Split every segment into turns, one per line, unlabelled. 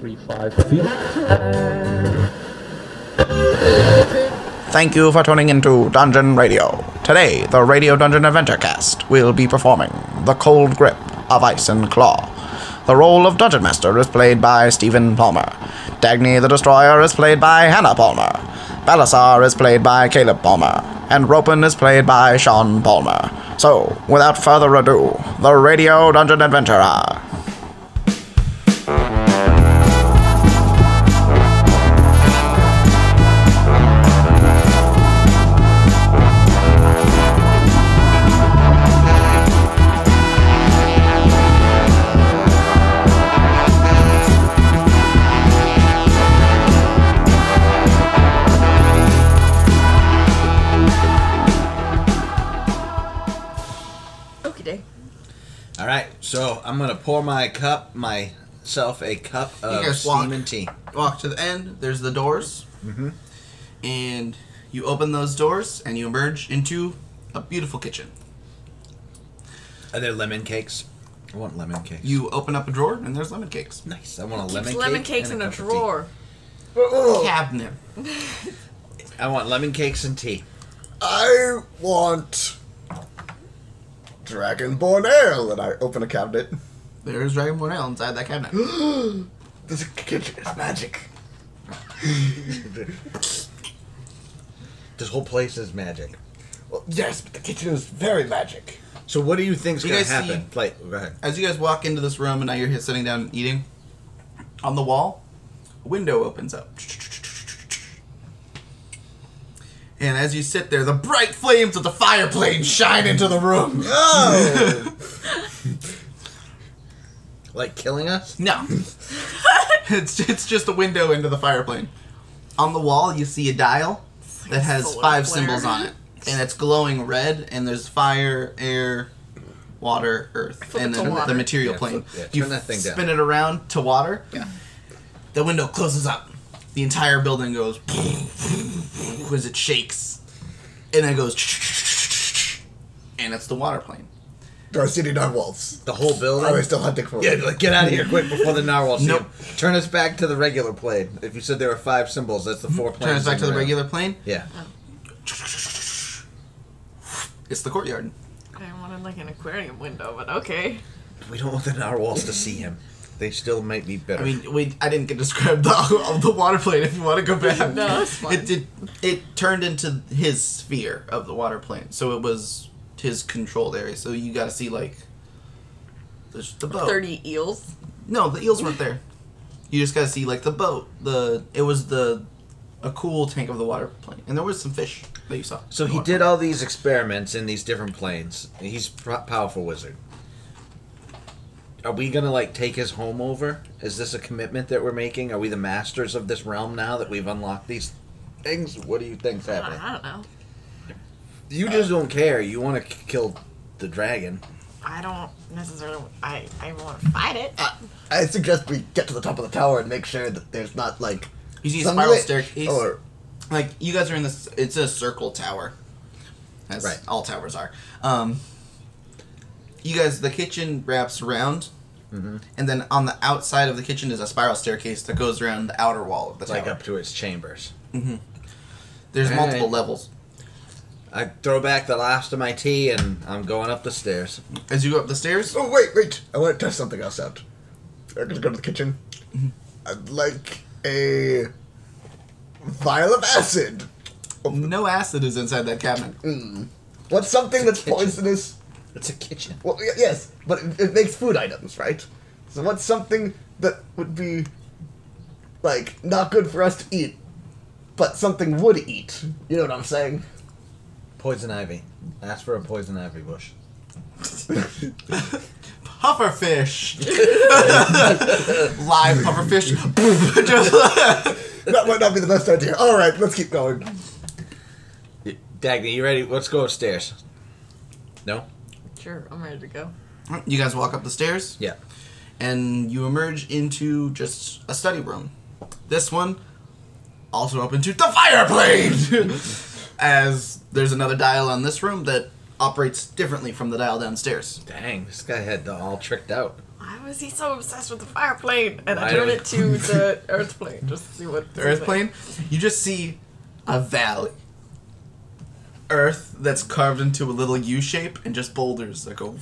135.
Thank you for tuning into Dungeon Radio. Today, the Radio Dungeon Adventure Cast will be performing The Cold Grip of Ice and Claw. The role of Dungeon Master is played by Stephen Palmer. Dagny the Destroyer is played by Hannah Palmer. Balasar is played by Caleb Palmer. And Ropin is played by Sean Palmer. So, without further ado, the Radio Dungeon Adventure Hour.
Okie doke.
All right, so I'm gonna pour my cup, myself a cup of
guys walk.
steam and tea.
walk to the end. There's the doors,
Mm-hmm.
and you open those doors, and you emerge into a beautiful kitchen.
Are there lemon cakes? I want lemon cakes.
You open up a drawer, and there's lemon cakes.
nice. I want a
Keeps
lemon
lemon
cake
cakes
and
in a
cup of
drawer.
Cabinet.
tea. I want lemon cakes and tea.
I want Dragonborn ale, and I open a cabinet.
There's dragonborn ale inside that cabinet.
This kitchen is magic.
This whole place is magic.
Well, yes, but the kitchen is very magic.
So what do you think's
You
gonna
guys see-
happen? Like, go ahead.
As you guys walk into this room, and now you're here sitting down and eating. On the wall, a window opens up. And as you sit there, the bright flames of the fire plane shine into the room.
Like killing us?
No. it's, it's just a window into the fire plane. On the wall, you see a dial that has
full of
five
glare.
symbols on it. And it's glowing red, and there's fire, air, water, earth,
flip
and
it to
then
water.
the material
Yeah,
plane.
flip- yeah,
you
turn that thing down.
spin it around to water. Yeah. The window closes up. The entire building goes as it shakes. And then it goes and it's the water plane.
There are city narwhals.
The whole building?
Oh,
Are they still hunting for
yeah,
me?
like, get out of here quick before the narwhal see
Nope.
him. Turn us back to the regular plane. If you said there were five symbols, that's the four planes.
Turns Mm-hmm. back
in
to the
row.
regular plane.
Yeah.
It's the courtyard.
I wanted like an aquarium window, but okay.
We don't want the narwhals to see him. They still might be better.
I mean, we I didn't get described the of the water plane. If you want to go back,
No, it's fine.
It did. It turned into his sphere of the water plane, so it was his controlled area. So you got to see like the, the boat.
Thirty eels.
No, the eels weren't there. You just got to see like the boat. The it was the a cool tank of the water plane, and there was some fish that you saw.
So he did all these experiments in these different planes. He's pro- powerful wizard. Are we gonna like take his home over? Is this a commitment that we're making? Are we the masters of this realm now that we've unlocked these things? What do you think's
I don't,
happening?
I don't know.
You just don't care. You want to kill the dragon.
I don't necessarily. I I won't fight it.
I suggest we get to the top of the tower and make sure that there's not like
You see a
some Oh,
spiral
lit-
staircase.
or
like you guys are in this it's a circle tower as
Right.
all towers are um you guys the kitchen wraps around
Mm-hmm.
and then on the outside of the kitchen is a spiral staircase that goes around the outer wall of the
It's like
tower
up to its chambers.
there's
Hey.
multiple levels
I throw back the last of my tea and I'm going up the stairs.
as you go up the stairs
Oh wait, wait! I want to test something else out. I'm gonna go to the kitchen.
Mm-hmm.
I'd like a vial of acid.
no acid is inside that cabinet
What's something that's
kitchen.
poisonous?
It's a kitchen.
Well, y- yes, but it, it makes food items, right? So what's something that would be like not good for us to eat, but something would eat? You know what I'm saying?
Poison ivy. Ask for a poison ivy bush.
pufferfish live pufferfish Just-
That might not be the best idea. All right, let's keep going.
Dagny, you ready? Let's go upstairs. No?
Sure, I'm ready to go.
you guys walk up the stairs
Yeah.
and you emerge into just a study room. This one also open to the fire plane, as there's another dial on this room that operates differently from the dial downstairs.
Dang, this guy had the all tricked out.
Why was he so obsessed with the fire plane? And
I
I turned
don't-
it to the earth plane just to see what
The earth plane, you just see a valley. Earth that's carved into a little U shape and just boulders that go.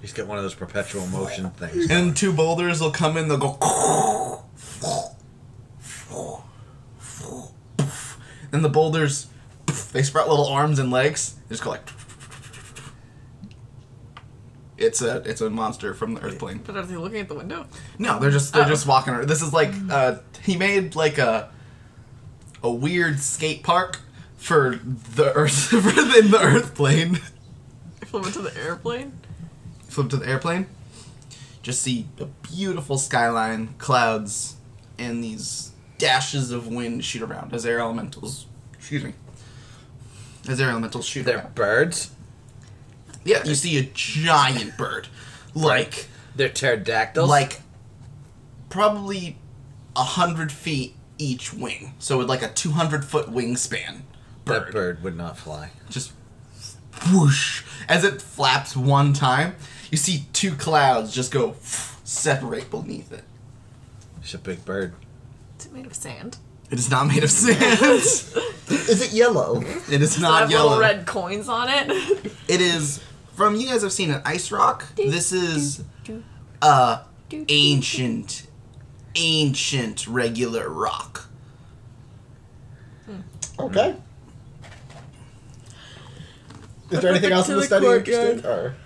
He's got one of those perpetual motion things.
And two boulders will come in, they'll go. Then the boulders, they sprout little arms and legs. They just go like. It's a it's a monster from the Earth plane.
But are they looking at the window?
No, they're just they're
Oh.
just walking. around. This is like uh, he made like a a weird skate park for the Earth for the, in the Earth plane.
They flew into the airplane?
Flip to the airplane. Just see a beautiful skyline, clouds, and these dashes of wind shoot around as air elementals. Excuse me. As air elementals shoot
They're
around.
birds.
Yeah, you see a giant bird, like.
They're pterodactyls.
like probably a hundred feet each wing, so with like a two hundred foot wingspan.
that
Bird.
bird would not fly.
just whoosh as it flaps one time. You see two clouds just go separate beneath it.
It's a big bird.
Is it made of sand?
It is not made of sand.
Is it yellow?
it is
Does it
not
have little
yellow.
red coins on it?
It is from you guys have seen an ice rock. This is
do,
a
do, do,
ancient, ancient regular rock.
Hmm. Okay. Is there anything else in the
To the
study you're
courtyard.
interested? Or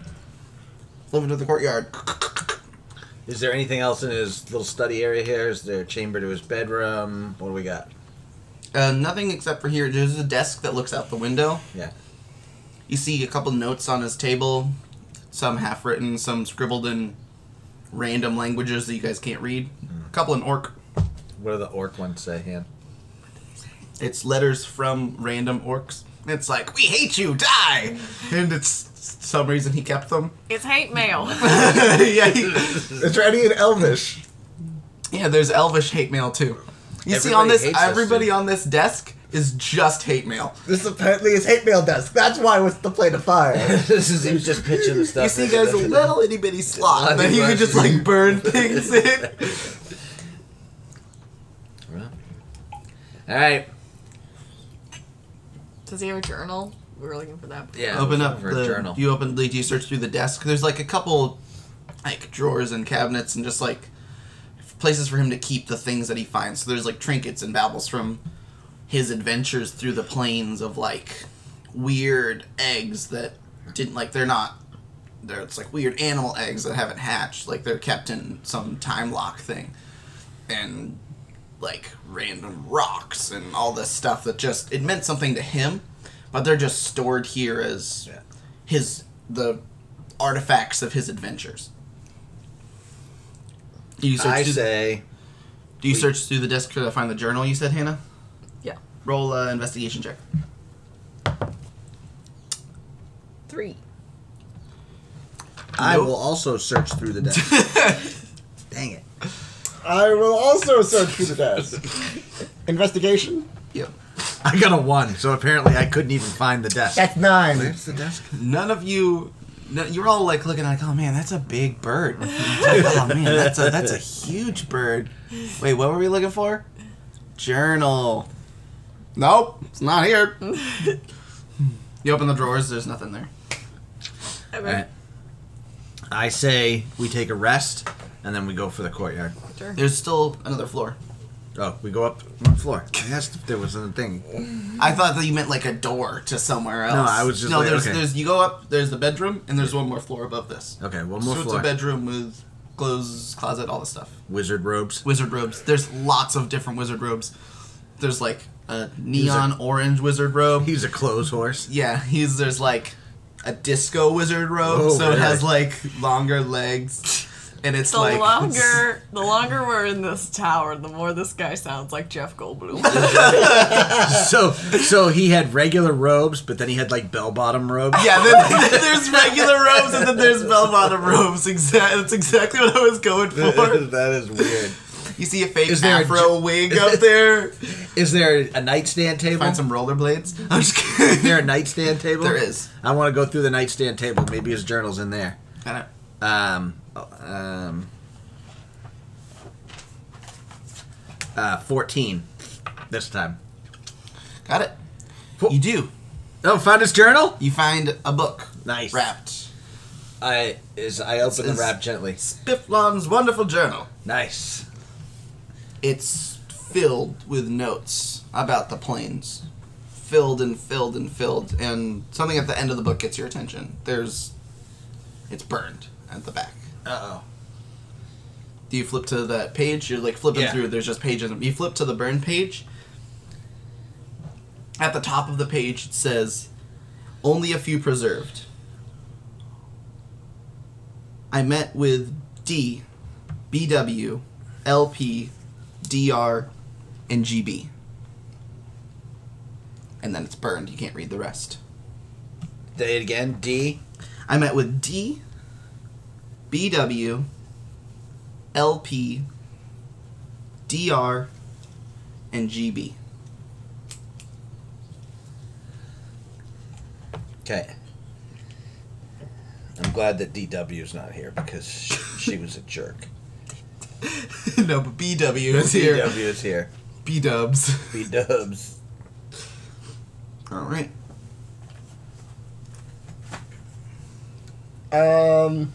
Live into the courtyard.
Is there anything else in his little study area here? Is there a chamber to his bedroom? What do we got?
Uh, nothing except for here. There's a desk that looks out the window.
Yeah.
You see a couple notes on his table, some half written, some scribbled in random languages that you guys can't read.
Hmm.
A couple in orc.
What do the orc ones say, Han?
It's letters from random orcs. It's like, we hate you, die! And it's some reason he kept them.
it's hate mail.
yeah, he-
is there any in Elvish?
yeah, there's elvish hate mail too. You see
Everybody
on this,
hates us,
everybody
dude.
on this desk is just hate mail.
This apparently is hate mail desk. That's why it's the plate of fire.
this is he was just pitching the stuff.
You see, guys, a little itty bitty slot that you can just like burn things in.
All right.
Does he have a journal? We were looking for that.
Yeah.
open
we're
up
looking for
the
a journal.
you open like do you search through the desk there's like a couple like drawers and cabinets and just like places for him to keep the things that he finds so there's like trinkets and babbles from his adventures through the plains of like weird eggs that didn't like they're not they're it's like weird animal eggs that haven't hatched like they're kept in some time lock thing and like random rocks and all this stuff that just it meant something to him but they're just stored here as
Yeah.
his the artifacts of his adventures do you search,
I
through,
say
do you search through the desk to find the journal you said hannah
Yeah.
roll uh, investigation check
Three.
I will also search through the desk. Dang it.
I will also search through the desk. Investigation.
yep
I got a one, so apparently I couldn't even find the desk.
That's nine.
Where's the desk?
none of you no, you're all like looking like, oh man, that's a big bird. oh man, that's a that's a huge bird. Wait, what were we looking for? Journal. Nope, it's not here. you open the drawers. There's nothing there.
I mean,
All right. I say we take a rest and then we go for the courtyard.
sure.
There's still another floor.
Oh, we go up one floor. I asked if there was a thing.
I thought that you meant like a door to somewhere else.
I was just
no.
like,
there's
okay.
there's you go up. There's the bedroom and there's one more floor above this.
Okay, one more
so
floor.
it's a bedroom with clothes, closet, all this stuff.
Wizard robes.
wizard robes. There's lots of different wizard robes. There's like a neon orange wizard robe.
He's a clothes horse.
yeah, he's there's like a disco wizard robe,
Whoa,
so it has
really?
like longer legs, and it's
The
like
longer, the longer we're in this tower, the more this guy sounds like Jeff Goldblum.
so so he had regular robes, but then he had like bell bottom robes.
Yeah, then, then there's regular robes and then there's bell bottom robes. Exactly, that's exactly what I was going for.
that is weird.
You see a fake
Is there a
afro
j-
wig out there?
Is there a nightstand table?
Find some rollerblades. I'm just kidding.
Is there a nightstand table?
There is.
I want to go through the nightstand table. Maybe his journal's in there.
I don't-
Um, um, uh, 14 this time.
Got it.
Cool.
You do.
Oh, found his journal?
You find a book.
Nice.
Wrapped.
I is I open the
Is-
wrap gently.
Spifflon's wonderful journal.
Nice.
It's filled with notes about the planes. Filled and filled and filled, and something at the end of the book gets your attention. There's. It's burned at the back.
Uh oh.
Do you flip to that page? You're like flipping
Yeah.
through. There's just pages. You flip to the burn page. At the top of the page, it says, "Only a few preserved." I met with D, BW, LP, DR, and GB. And then it's burned. You can't read the rest.
Say it again. D.
I met with D, BW, LP, DR, and GB.
Okay. I'm glad that DW's not here because she, she was a jerk.
no, but BW is here.
DW is here.
B dubs.
B dubs.
Alright.
Um.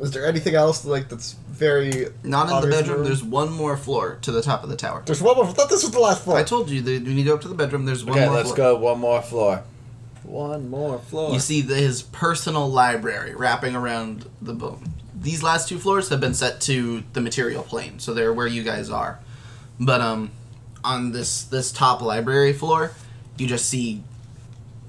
Is there anything else like that's very
Not in the
obvious
bedroom. There's one more floor to the top of the tower.
there's one more. I thought this was the last floor.
I told you that when you go up to the bedroom, there's one
Okay,
more
let's
floor.
go. One more floor. One more floor.
You see the, his personal library wrapping around the boom. These last two floors have been set to the material plane, so they're where you guys are. But um, on this this top library floor, you just see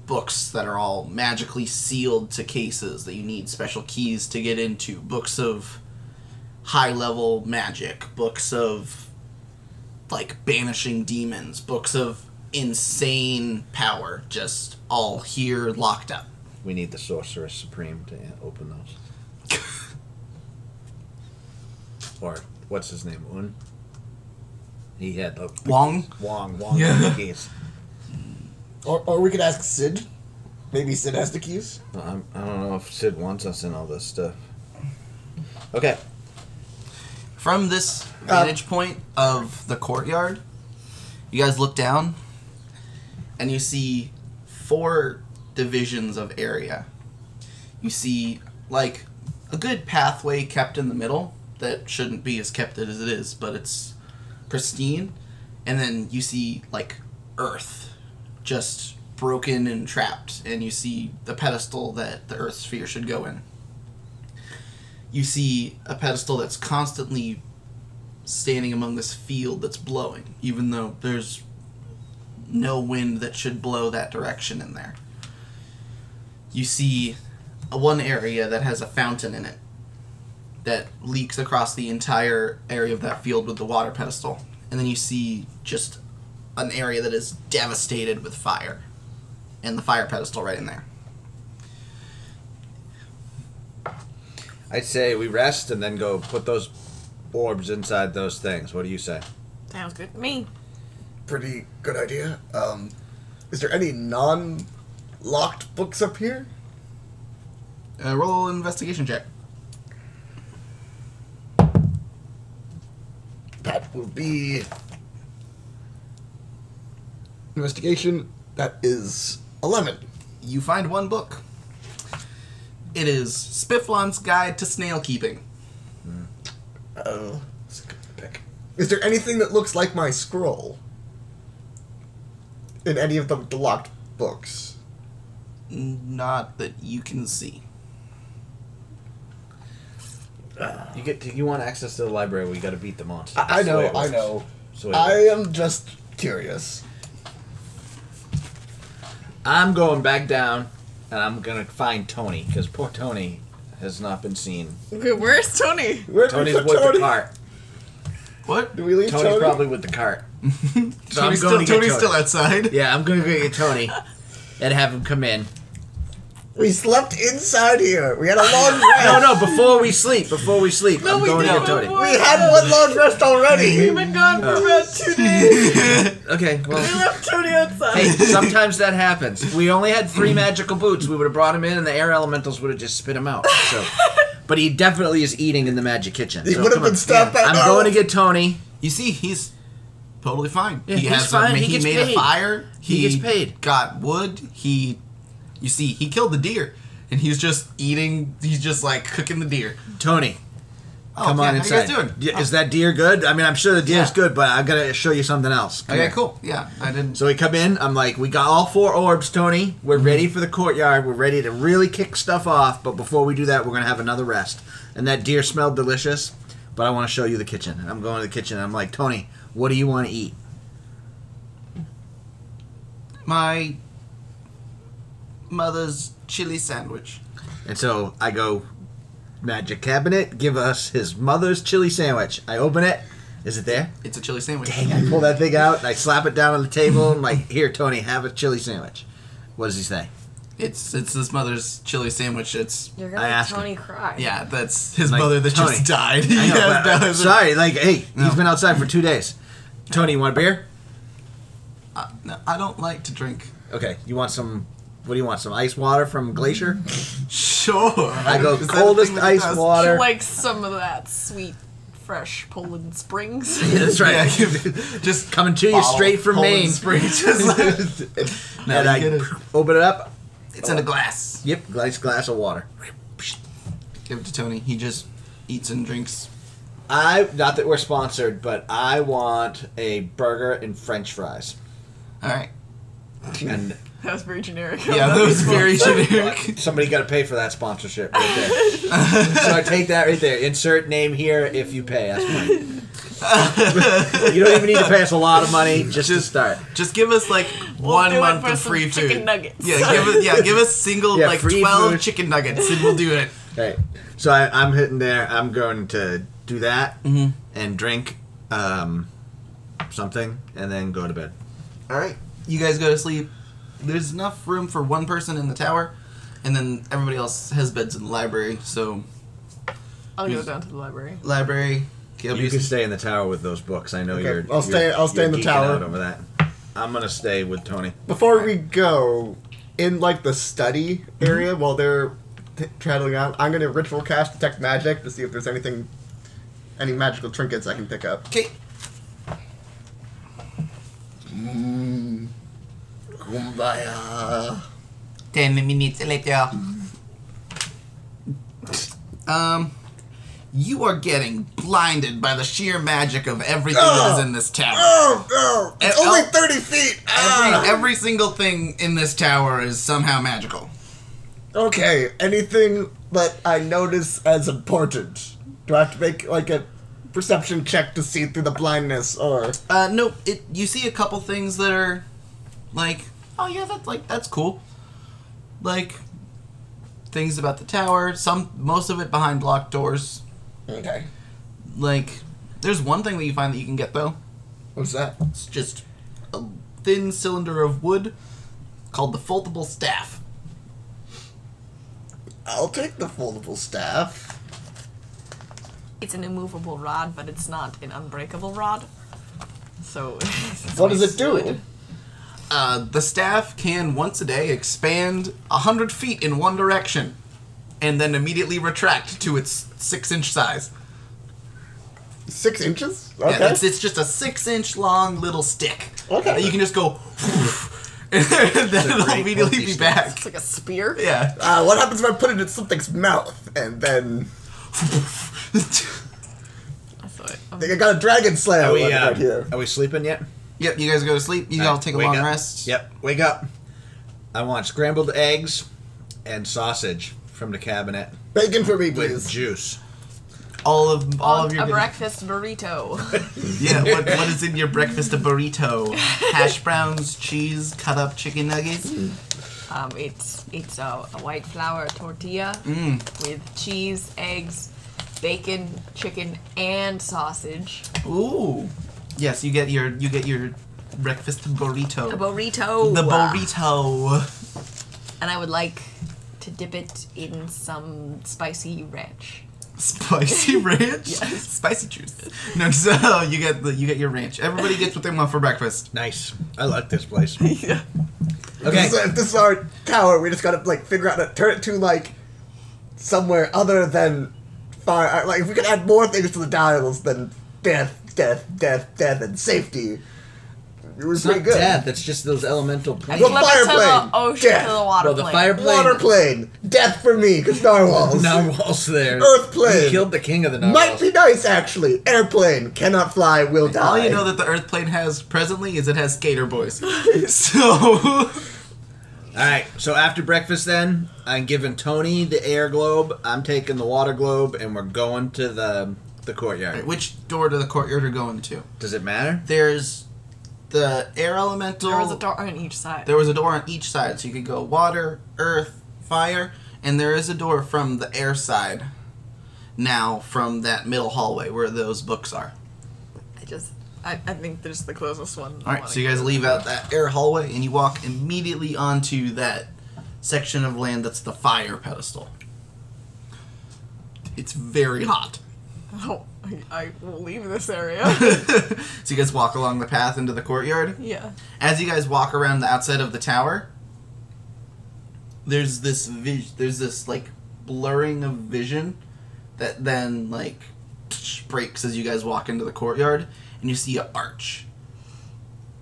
books that are all magically sealed to cases that you need special keys to get into. Books of high level magic, books of like banishing demons, books of insane power, just all here locked up.
We need the Sorceress Supreme to uh, open those. or what's his name? Un. He had the
Wong?
Wong. Wong.
Yeah.
had the keys.
or, or we could ask Sid. Maybe Sid has the keys.
Well, I'm, I don't know if Sid wants us in all this stuff. Okay.
From this vantage point of the courtyard, you guys look down and you see four divisions of area. You see, like, a good pathway kept in the middle that shouldn't be as kept as it is, but it's pristine. And then you see, like, earth just broken and trapped, and you see the pedestal that the earth sphere should go in. you see a pedestal that's constantly standing among this field that's blowing, even though there's no wind that should blow that direction in there. You see a- one area that has a fountain in it that leaks across the entire area of that field with the water pedestal. And then you see just an area that is devastated with fire and the fire pedestal right in there.
I'd say we rest and then go put those orbs inside those things. What do you say?
Sounds good to me.
Pretty good idea. Um, is there any non-locked books up here?
Uh, roll an investigation check.
That will be investigation. That is eleven.
you find one book. It is Spifflon's Guide to Snail Keeping.
Oh, that's a good pick. Is there anything that looks like my scroll in any of the, the locked books?
Not that you can see.
You get. To, you want access to the library? We got to beat the monster.
I, I
That's the way
know,
it
I
works.
know.
That's the way it
I
works.
am just curious.
I'm going back down, and I'm gonna find Tony because poor Tony has not been seen.
Okay, where's Tony?
Where
Tony's with the cart.
What?
Do we leave
Tony's
Tony?
probably with the cart. So I'm
Tony's,
going
still,
to get
Tony's still outside.
Yeah, I'm gonna go get Tony and have him come in.
We slept inside here. We had a long
No,
rest.
no, before we sleep, before we sleep,
No,
I'm
we
going to
did
get Tony.
before.
We had one long rest
We've
already.
been gone for about two days.
Okay,
We
well,
left Tony outside.
hey, sometimes that happens. We only had three magical boots. We would have brought him in, and the air elementals would have just spit him out. So, but he definitely is eating in the magic kitchen.
He
so
would have
come on.
been stabbed by
I'm
arrows.
going to get Tony.
You see, he's totally fine.
Yeah,
he
he's
has some-
fine.
He,
He gets
made
paid.
a fire.
He gets paid.
Got wood. He, you see, he killed the deer, and he's just eating. He's just like cooking the deer.
Tony,
Oh,
come
yeah,
on inside.
How you guys doing?
Y- Is that deer good? I mean, I'm sure the deer's
Yeah.
good, but I gotta show you something else. Come
okay,
here.
cool. Yeah, I didn't.
So we come in. I'm like, we got all four orbs, Tony. We're
Mm-hmm.
ready for the courtyard. We're ready to really kick stuff off. But before we do that, we're gonna have another rest. And that deer smelled delicious. But I want to show you the kitchen. I'm going to the kitchen. I'm like, Tony, what do you want to eat?
my mother's chili sandwich.
And so I go, magic cabinet, give us his mother's chili sandwich. I open it. Is it there?
It's a chili sandwich.
Dang! I pull that thing out. And I slap it down on the table. I'm like, here, Tony, have a chili sandwich. What does he say?
It's it's his mother's chili sandwich. It's
You're
I
gonna make
asked him.
Tony cry.
yeah, that's his
Like,
mother that
Tony.
just died.
I know,
Yeah,
but-
that was-
sorry, like, hey,
No.
he's been outside for two days. Tony, you want a beer?
I- no, I don't like to drink.
Okay, you want some? What do you want? Some ice water from Glacier?
Sure.
I go
Mm-hmm. Is that the
coldest
thing that
ice
does-
water.
She likes some of that sweet, fresh Poland Springs.
Yeah, that's
Yeah,
right.
just
Coming to you
bottle
straight from
Poland
Maine.
Spring, just like- No,
and
you
I
get it.
open it up.
it's in a glass.
Yep, nice glass of water.
Give it to Tony. He just eats and drinks.
I not that we're sponsored, but I want a burger and French fries.
All right.
And
That was very generic.
Yeah, that was very generic.
somebody got to pay for that sponsorship right there. so I take that right there. Insert name here if you pay. That's fine. you don't even need to pay us a lot of money just to start.
Just give us like
We'll
one
do it
month
for
of
some
free
chicken
food.
nuggets.
Yeah, give us yeah, give us single
Yeah,
like
free
twelve
food.
chicken nuggets and we'll do it.
Right. So I, I'm hitting there. I'm going to do that
Mm-hmm.
and drink um, something and then go to bed.
All right, you guys go to sleep. There's enough room for one person in the tower, and then everybody else has beds in the library. So
I'll go down to the library.
library.
You
KLBC.
can stay in the tower with those books. I know
Okay,
you're.
I'll stay-
you're-
I'll stay in
you're
the
geeking
tower.
out over that. I'm gonna stay with Tony.
Before we go, in like the study area while they're t- traveling out, I'm gonna ritual cast detect magic to see if there's anything, any magical trinkets I can pick up.
Okay.
Kumbaya.
Ten minutes later. Um, you are getting blinded by the sheer magic of everything that is in this tower.
Oh no! It's
And-
only
oh.
thirty feet. Ah!
Every, every single thing in this tower is somehow magical.
e-, okay. Anything that I notice as important? Do I have to make like a perception check to see through the blindness, or
Uh, no, it. You see a couple things that are, like, oh yeah, that's like that's cool. Like, things about the tower. Some, most of it behind locked doors.
okay?
Like, there's one thing that you find that you can get though.
What's that?
It's just a thin cylinder of wood called the foldable staff.
I'll take the foldable staff.
It's an immovable rod, but it's not an unbreakable rod. So. it's
What does it
wasted.
do?
Uh, the staff can once a day expand a hundred feet in one direction, and then immediately retract to its six-inch size.
Six inches?
Yeah, it's, it's just a six-inch long little stick.
Okay.
that you can just go, and then it'll
great
immediately
multi-staff.
be back.
It's like a spear.
Yeah.
Uh, what happens if I put it in something's mouth and then
I thought.
I think I got a dragon slam
Oh,
Are we,
one
uh,
right here?
are we sleeping yet?
yep. You guys go to sleep. You all take a
Wake
long
up.
rest.
Yep. Wake up. I want scrambled eggs and sausage from the cabinet
Bacon for me,
with
please.
juice.
All of all of your
a breakfast burrito.
Yeah, what, what is in your breakfast? A burrito, hash browns, cheese, cut up chicken nuggets.
um, it's it's a, a white flour tortilla with cheese, eggs, bacon, chicken, and sausage.
Ooh, yes, you get your you get your breakfast burrito.
A burrito.
the burrito.
And I would like to dip it in some spicy ranch.
Spicy ranch, spicy juice. No, so you get the, you get your ranch. Everybody gets what they want for breakfast.
Nice. I like this place.
This
Okay.
is- if this is our tower, we just gotta like figure out how to turn it to like somewhere other than fire. uh, Like if we could add more things to the dials than death, death, death, death, and safety, it was
It's
pretty
not
good.
death. It's just those elemental
I
The
planes.
flip it to
fireplace.
the ocean
Yeah.
to the water
No, the
plane.
fire plane.
Water plane, death for me, cause narwhals.
Narwhals there.
Earth plane.
He killed the king of the
Might
narwhals.
be nice actually. Airplane cannot fly, will die.
All you know that the Earth plane has presently is it has skater boys. so
All right. So after breakfast, then I'm giving Tony the air globe. I'm taking the water globe, and we're going to the the courtyard.
which door to the courtyard are going to?
Does it matter?
There's the air elemental.
There was a door on each side.
There was a door on each side, so you could go water, earth, fire, and there is a door from the air side. Now from that middle hallway where those books are.
I just, I, I think there's the closest one.
All right, so you guys leave out that air hallway and you walk immediately onto that section of land that's the fire pedestal. It's very hot.
Oh, I, I will leave this area.
so you guys walk along the path into the courtyard.
yeah.
As you guys walk around the outside of the tower, there's this vis- there's this like blurring of vision that then like breaks as you guys walk into the courtyard and you see an arch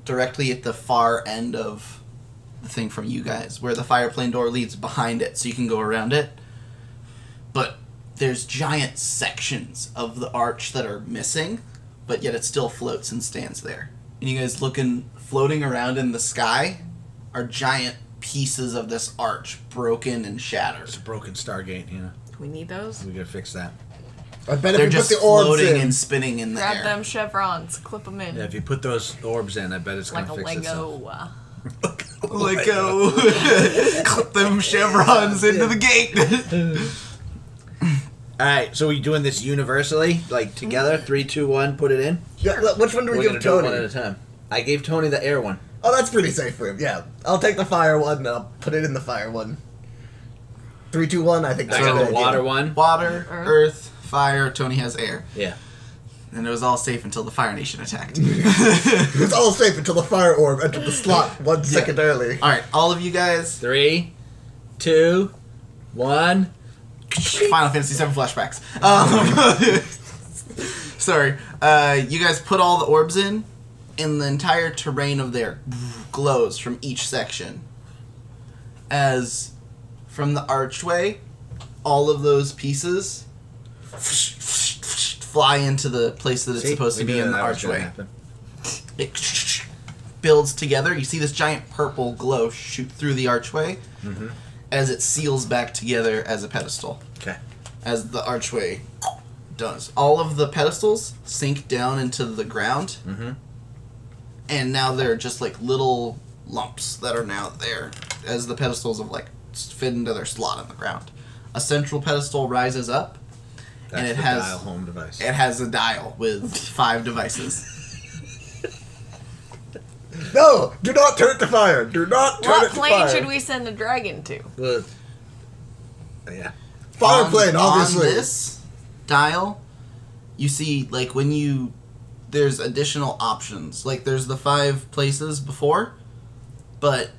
directly at the far end of the thing from you guys where the fire plane door leads behind it so you can go around it but there's giant sections of the arch that are missing but yet it still floats and stands there and you guys looking floating around in the sky are giant pieces of this arch broken and shattered
It's a broken Stargate. You know,
We need those.
we gotta fix that.
I bet
they're
if we put
just
the orbs
floating
in,
and spinning in the
Grab
air
them chevrons, clip them in
Yeah, if you put those orbs in, I bet it's gonna
like a
fix itself.
Lego. uh,
Oh
Let go. Clip them chevrons into the gate.
All right, so we doing this universally, like together,
Mm-hmm.
three, two, one, put it in.
yeah, look, which one do we
We're gonna
give
do it one at a
Tony?
time. I gave Tony the air one.
Oh, that's pretty safe for him. Yeah, I'll take the fire one. and I'll put it in the fire one. Three, two, one. I think
I
that's a
got
good
the
idea.
water one.
Water,
Earth.
earth, fire. Tony has air,
Yeah.
and it was all safe until the Fire Nation attacked.
It was all safe until the fire orb entered the slot one second early.
all right, all of you guys.
Three, two, one.
Final Fantasy VII flashbacks. Um, sorry, uh, you guys put all the orbs in, and the entire terrain of there glows from each section. As from the archway, all of those pieces fly into the place that it's
See,
supposed to
we
be
knew
in the
that was gonna
archway.
happen.
It builds together. You see this giant purple glow shoot through the archway
Mm-hmm.
as it seals back together as a pedestal
Okay.
as the archway does. All of the pedestals sink down into the ground,
Mm-hmm.
and now they're just like little lumps that are now there as the pedestals have like s- fit into their slot in the ground. A central pedestal rises up,
That's
it
the
has-
dial home device.
it has a dial with five devices.
No, do not turn it to fire. Do not turn
What
it to
plane
fire.
should we send the dragon to?
Ugh. yeah.
Fire
On-
plane, obviously.
On this dial, you see like when you there's additional options. Like there's the five places before, but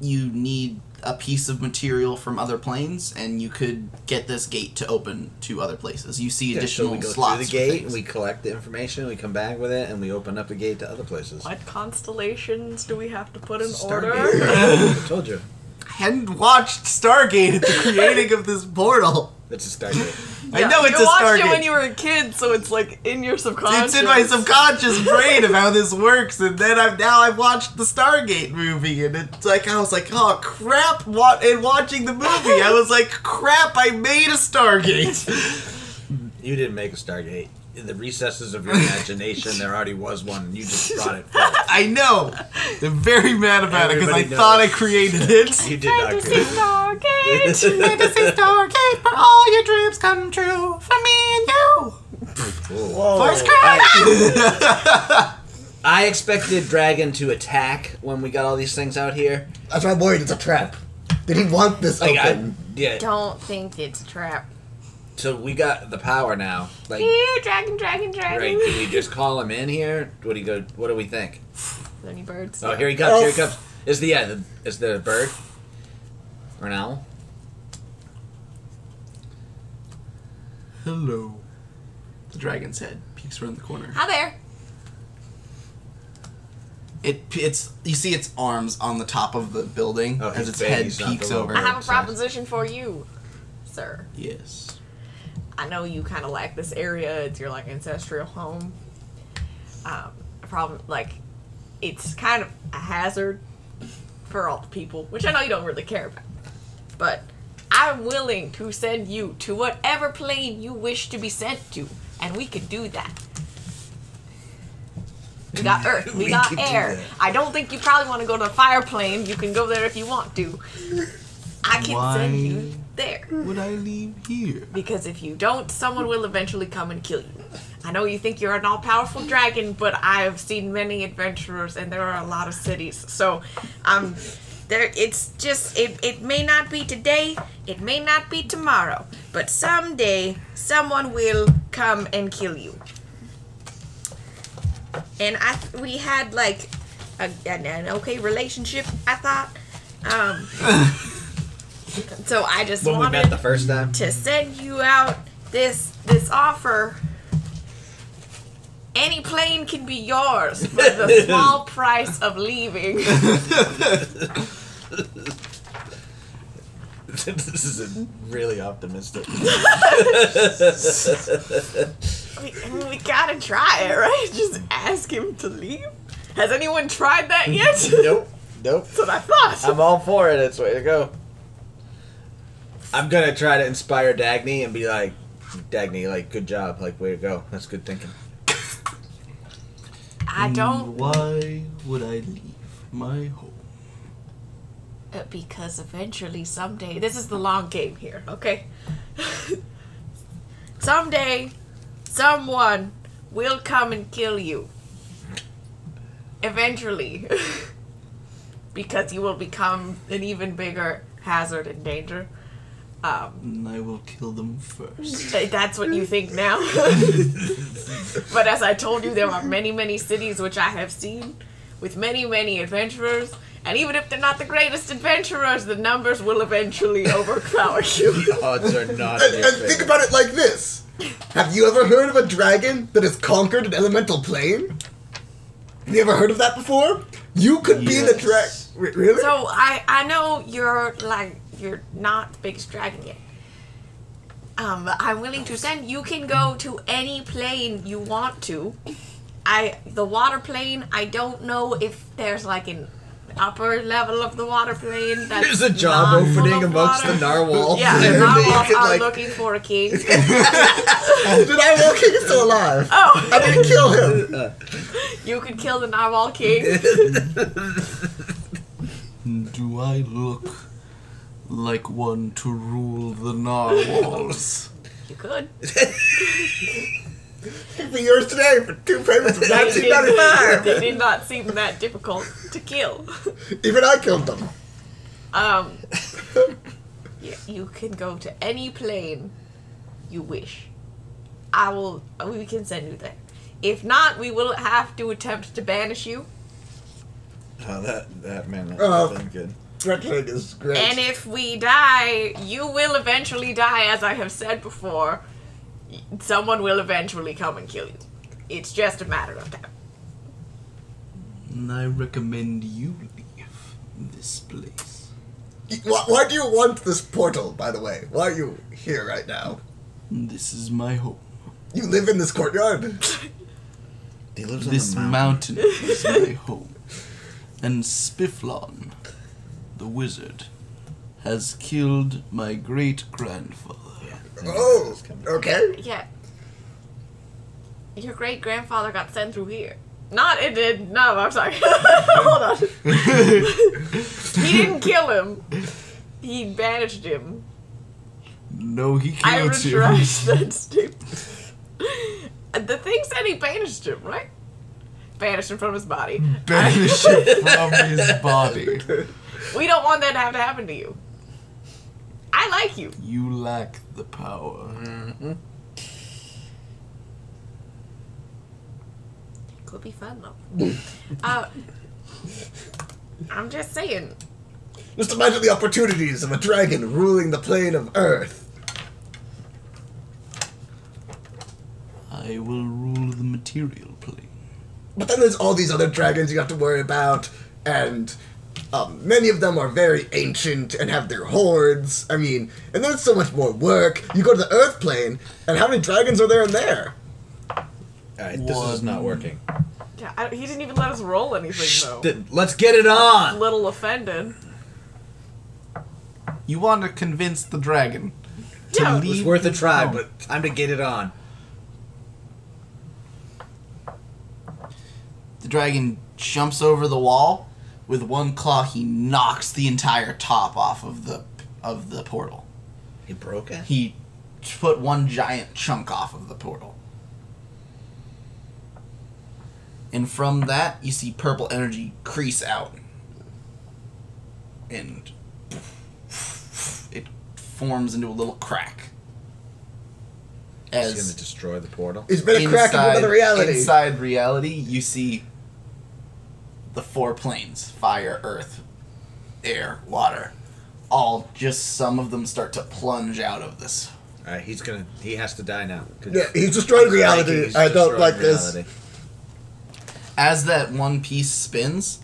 you need a piece of material from other planes, and you could get this gate to open to other places. You see additional
so we go
slots.
through the
for
gate,
things.
we collect the information, we come back with it, and we open up the gate to other places.
What constellations do we have to put in order?
Stargate. I told you.
hadn't watched Stargate at the creating of this portal.
It's a Stargate.
I know it's
you
a
watched
Stargate.
it when you were a kid, so it's like in your subconscious.
It's in my subconscious brain of how this works, and then I've now I've watched the Stargate movie, and it's like I was like, oh crap! What? And watching the movie, I was like, crap! I made a Stargate.
you didn't make a Stargate. In the recesses of your imagination, there already was one, and you just brought it forth.
I know. I'm very mad about it because I
Everybody
thought I
knows.
created it.
You did not
Fantasy
create
Stargate.
Fantasy Stargate, where all your dreams come true for me and you.
Whoa.
Voice crack.
I expected Dragon to attack when we got all these things out here.
That's why I'm worried it's a trap. Did he want this
Like, I-
open?
yeah.
Don't think it's a trap.
So we got the power now. Like,
Here, dragon, dragon, dragon.
right? Can we just call him in here? What do you go? What do we think?
Any birds?
Uh,
Oh, here he comes! Here he
Oh.
comes! Is the yeah? The, is the bird or an owl?
Hello. The dragon's head peeks around the corner.
Hi there.
It p- it's you see its arms on the top of the building
Oh,
as
he's
its
big,
head
he's not the
peeks
little
over.
I have a
Sorry.
proposition for you, sir.
Yes.
I know you kind of like this area. It's your like ancestral home. Um, a problem like it's kind of a hazard for all the people, which I know you don't really care about. But I'm willing to send you to whatever plane you wish to be sent to, and we could do that. We got Earth. We,
We could
got
do
air.
that.
I don't think you probably want to go to the fire plane. You can go there if you want to. I can send you
Why?
there.
Would I leave here?
Because if you don't, someone will eventually come and kill you. I know you think you're an all powerful dragon, but I have seen many adventurers and there are a lot of cities. So um there it's just it, it may not be today, it may not be tomorrow, but someday someone will come and kill you. And I we had like a, an, an okay relationship, I thought. Um so I just
When we
wanted
met the first time.
to send you out this this offer. Any plane can be yours for the small price of leaving.
this is a really optimistic.
We, we gotta try it, right? Just ask him to leave. Has anyone tried that yet? That's
nope. Nope.
what I thought.
I'm all for it. It's the way to go. I'm gonna try to inspire Dagny and be like, Dagny, like, good job, like, way to go. That's good thinking.
I don't
Why would I leave my home?
uh, because eventually, someday, this is the long game here, okay? someday, someone will come and kill you. Eventually. because you will become an even bigger hazard and danger. Um,
And I will kill them first.
th- that's what you think now. but as I told you, there are many, many cities which I have seen with many, many adventurers. And even if they're not the greatest adventurers, the numbers will eventually overpower you.
The odds are not.
And, and think about it like this. Have you ever heard of a dragon that has conquered an elemental plane? Have you ever heard of that before? You could be the dragon.
Yes.
Really?
So I I know you're like you're not the biggest dragon yet. Um, but I'm willing to send. You can go to any plane you want to. I the water plane. I don't know if there's like an upper level of the water plane. That's
There's a job
not full
opening
of
amongst
water.
the narwhals.
Yeah,
and
the
everything.
narwhals
could,
are
like-
looking for a king.
Did I walk in? He's still alive.
Oh,
I'm gonna kill him.
you could kill the narwhal king.
Do I look like one to rule the narwhals?
You could.
For yours today, for two payments of
They
nineteen ninety
did,
five.
they did not seem that difficult to kill.
Even I killed them.
Um, yeah, you can go to any plane you wish. I will. We can send you there. If not, we will have to attempt to banish you.
Oh, that that man, that
Oh.
been good.
Threatening is great.
And if we die, you will eventually die, as I have said before. Y- Someone will eventually come and kill you. It's just a matter of time.
And I recommend you leave this place.
why, why do you want this portal, by the way? Why are you here right now?
This is my home.
You live in this courtyard.
He lives
This
on the
mountain is my home. And Spifflon, the wizard, has killed my great grandfather.
Oh, okay.
Yeah. Your great grandfather got sent through here. Not it did. No, I'm sorry. Hold on. he didn't kill him. He banished him.
No, he
I
killed you.
retract that statement. the thing said he banished him, right? Banished him from his body.
Banish it from his body.
We don't want that to have to happen to you. I like you.
You lack the power.
Could be fun though. uh, I'm just saying.
Just imagine the opportunities of a dragon ruling the plane of Earth.
I will rule the material plane.
But then there's all these other dragons you have to worry about, and um, many of them are very ancient and have their hordes. I mean, and there's so much more work. You go to the Earth plane, and how many dragons are there in there?
Alright, this is not working.
Yeah, I, he didn't even let us roll anything though.
Th- Let's get it on!
Little offended.
You want to convince the dragon to
Yeah.
It was
leave.
worth a
his
try,
home.
but time to get it on.
the dragon jumps over the wall. With one claw, he knocks the entire top off of the of the portal.
He broke it?
He put one giant chunk off of the portal. And from that, you see purple energy crease out. And it forms into a little crack.
He's gonna
As
destroy the portal.
It's been a crack into another reality.
inside reality, you see the four planes fire, earth, air, water. All just some of them start to plunge out of this
Alright, he's gonna. He has to die now. 'Cause-
Yeah, he's destroying reality.
He's
I don't
destroying
like this.
reality.
as that one piece spins,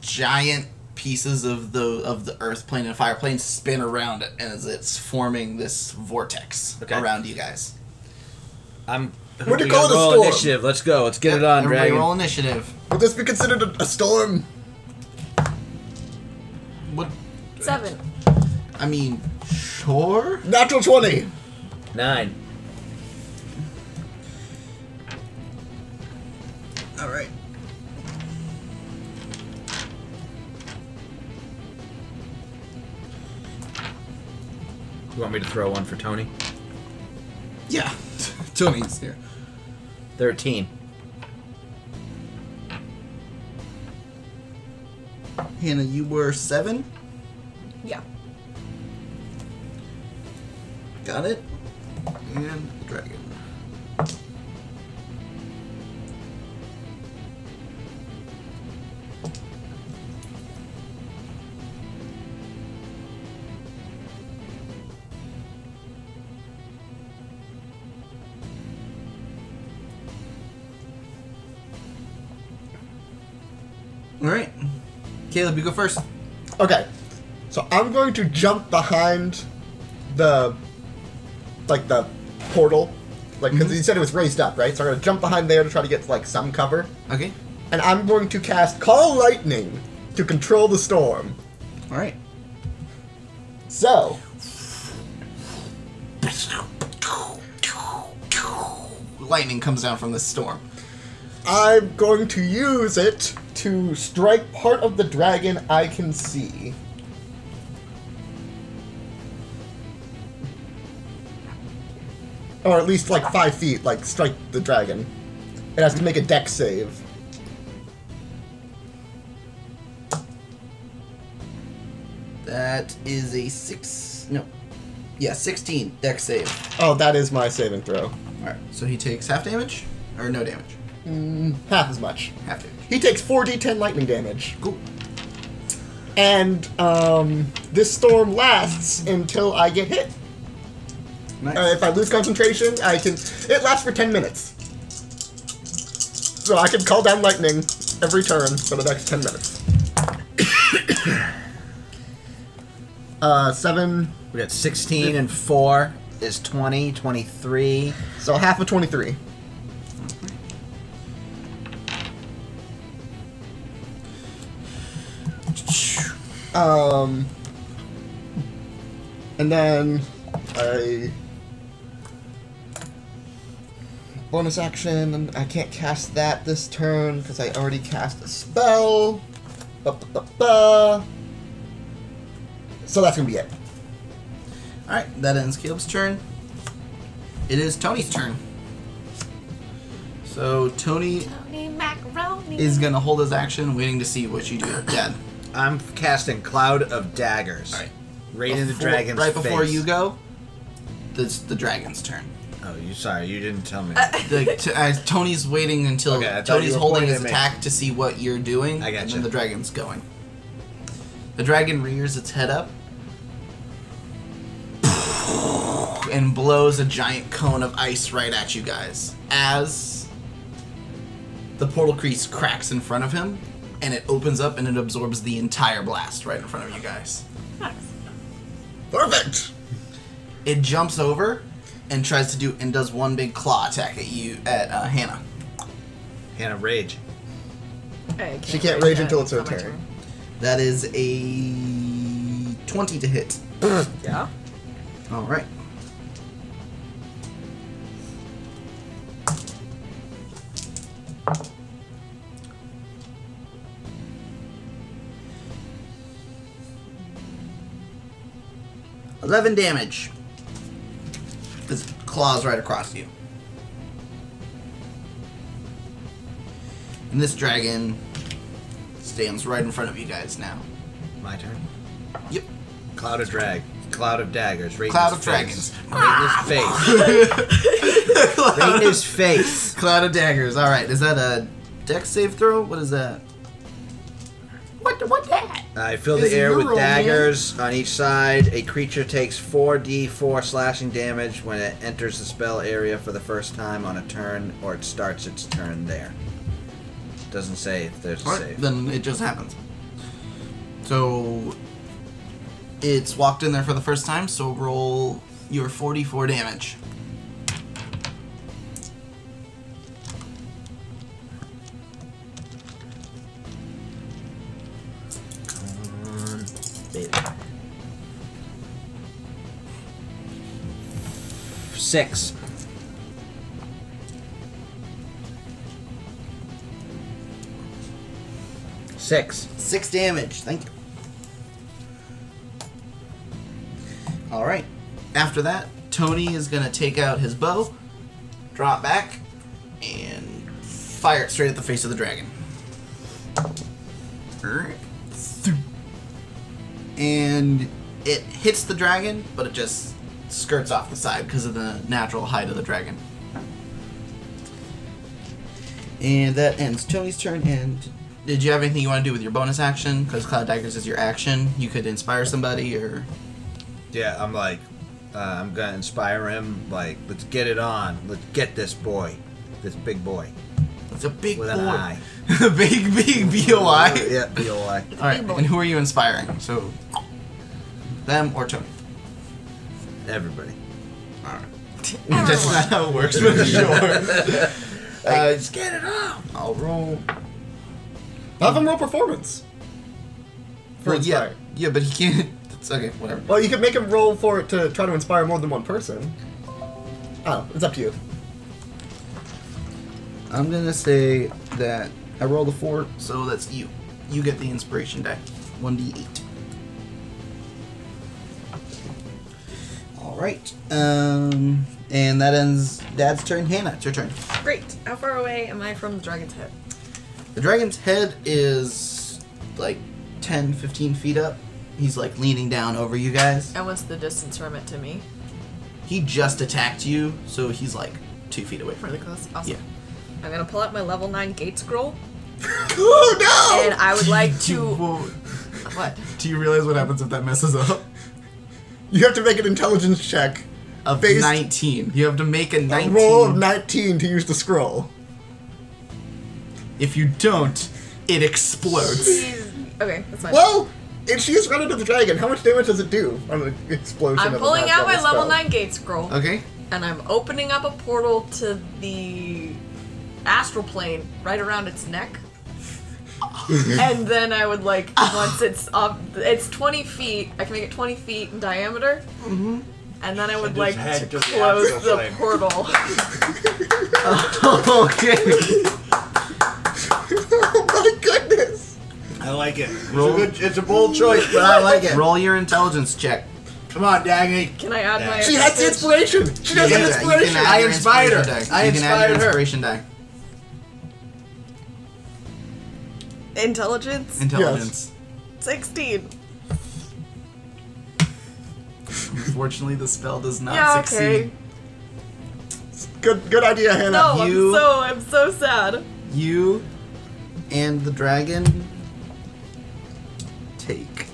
giant pieces of the of the earth plane and fire plane spin around it and as it's forming this vortex
Okay.
around you guys.
I'm.
Where to
we
go
gotta
the
roll
storm?
Initiative. Let's go. Let's get
Yep,
it on,
everybody
Dragon.
roll initiative.
Would this be considered a, a storm?
What
Seven.
I mean, sure.
Natural 20.
Nine.
All right.
You want me to throw one for Tony?
Yeah. Tony's here.
Thirteen.
Hannah, you were seven?
Yeah.
Got it. And the dragon. All right, Caleb, you go first.
Okay. So I'm going to jump behind the like the portal. Like because you said it was raised up, right? So I'm gonna jump behind there to try to get like some cover.
Okay.
And I'm going to cast Call Lightning to control the storm.
All right.
So
Lightning comes down from the storm.
I'm going to use it to strike part of the dragon I can see. Or at least like five feet, like strike the dragon. It has to make a deck save.
That is a six. No. Yeah, 16 deck save.
Oh, that is my saving throw.
Alright, so he takes half damage? Or no damage?
Half as much.
Half damage.
He takes 4d10 lightning damage.
Cool.
And um, this storm lasts until I get hit.
Nice.
Uh, if I lose concentration, I can. It lasts for 10 minutes. So I can call down lightning every turn for the next 10 minutes. uh, 7.
We got sixteen and four is 20, 23.
So half of 23. Um, and then I bonus action. and I can't cast that this turn because I already cast a spell. Ba, ba, ba, ba. So that's gonna be it.
Alright, that ends Caleb's turn. It is Tony's turn. So Tony
Tony macaroni.
is gonna hold his action, waiting to see what you do. Dad.
I'm casting Cloud of Daggers.
Alright.
Right in the
Before-
dragon's
Right before
face.
you go, it's the dragon's turn.
Oh, you sorry, you didn't tell me.
The, t- uh, Tony's waiting until
Okay, I thought you
Tony's
were
holding
pointing
his
at me.
attack to see what you're doing.
I
And
gotcha.
then the dragon's going. The dragon rears its head up and blows a giant cone of ice right at you guys as the portal crease cracks in front of him and it opens up and it absorbs the entire blast right in front of you guys.
Perfect.
It jumps over and tries to do and does one big claw attack at you at uh, Hannah.
Hannah, rage.
Hey,
She can't rage until it's her turn.
That is a 20 to hit.
Yeah.
All right. Eleven damage. This claws right across you. And this dragon stands right in front of you guys now.
My turn.
Yep.
Cloud of drag. Cloud of daggers. Right
Cloud
in
of
his
dragons.
face. Right in his face. right in his face.
Cloud of daggers. All right, is that a deck save throw? What is that? What what that?
I fill
Is
the air
your
with
roll, man?
daggers on each side. A creature takes 4d4 slashing damage when it enters the spell area for the first time on a turn, or it starts its turn there. Doesn't say if there's a
All right,
save.
Then it just happens. So it's walked in there for the first time. So roll your forty-four damage.
Come on, baby. Six. Six.
Six damage. Thank you. All right. After that, Tony is gonna take out his bow, drop back, and fire it straight at the face of the dragon. Erk. Thoo. And it hits the dragon, but it just skirts off the side because of the natural height of the dragon. And that ends Tony's turn. And did you have anything you want to do with your bonus action? Because Cloud Daggers is your action. You could inspire somebody, or
Yeah, I'm like, uh, I'm gonna inspire him. Like, let's get it on. Let's get this boy, this big boy
it's a big
with
boy,
an eye.
big big boi.
Yeah, B O I.
All right, and who are you inspiring? So them or Tony?
Everybody.
All right. That's not how it works, but sure.
Uh, let's get it on.
I'll roll.
Have him roll performance. For
Well, yeah,
inspire.
yeah, but he can't. It's okay, whatever.
Well, you can make him roll for it to try to inspire more than one person. Oh, it's up to you.
I'm gonna say that I rolled a four, so that's you. You get the inspiration die, one d eight. All right, um, and that ends Dad's turn. Hannah, it's your turn.
Great. How far away am I from the dragon's head?
The dragon's head is like 10, 15 feet up. He's like leaning down over you guys.
And what's the distance from it to me?
He just attacked you, so he's like two feet away from
Really
you.
close. Awesome.
Yeah.
I'm gonna pull out my level nine gate scroll,
Oh
and I would like to.
Whoa.
what?
Do you realize what happens if that messes up?
You have to make an intelligence check.
Of
Based-
19. You have to make a 19.
A roll of 19 to use the scroll.
If you don't, it explodes.
Please- Okay, that's fine.
Well, if she's running to the dragon, how much damage does it do on an explosion?
I'm
of a
pulling out
natural
my level
spell?
nine gate scroll,
Okay.
and I'm opening up a portal to the astral plane right around its neck. and then I would like once it's up, it's 20 feet. I can make it 20 feet in diameter. Mm-hmm. And then I would like to
head to the
close
astral
the
plane.
portal.
okay.
Oh my goodness!
I like it. It's
Roll.
good- it's a bold choice, but I like it.
Roll your intelligence check.
Come on, Dagny.
Can I add my?
She has the
advantage?
inspiration! She does
Yeah,
have
you can
inspiration!
add
I
your
inspired her.
inspiration
I
die. You can add
inspired
your
her.
inspiration die.
Intelligence?
Intelligence.
Sixteen.
Unfortunately, the spell does not
yeah, okay.
succeed.
Good, good idea, Hannah.
No,
You-
I'm so I'm so sad.
You and the dragon take.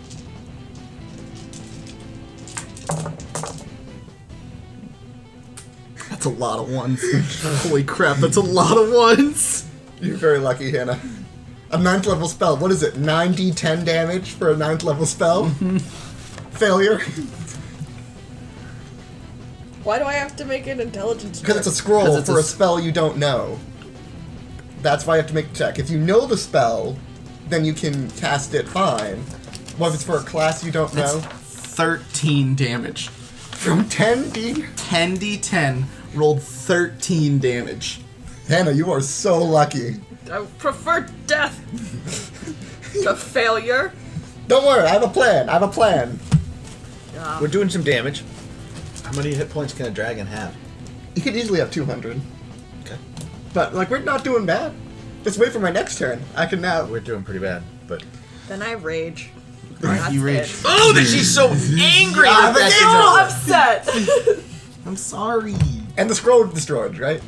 That's a lot of ones. Holy crap, that's a lot of ones.
You're very lucky, Hannah. A ninth level spell. What is it? 9d10 damage for a ninth level spell? Failure.
Why do I have to make an intelligence check?
Because it's a scroll
'Cause it's
for
a
a,
s-
spell you don't know. That's why you have to make the check. If you know the spell, then you can cast it fine. What if it's for a class you don't
That's
know?
13 damage.
From 10d?
10d10 rolled 13 damage.
Hannah, you are so lucky.
I prefer death to failure.
Don't worry, I have a plan. I have a plan.
We're doing some damage. How many hit points can a dragon have?
You could easily have 200.
Okay.
But, like, we're not doing bad. Just wait for my next turn. I can now.
We're doing pretty bad, but.
Then I rage.
Alright,
That's
you rage.
it.
Oh, that she's so angry!
Ah,
that
that's
that's
I'm
it.
all upset.
I'm sorry.
And the scroll destroyed, right?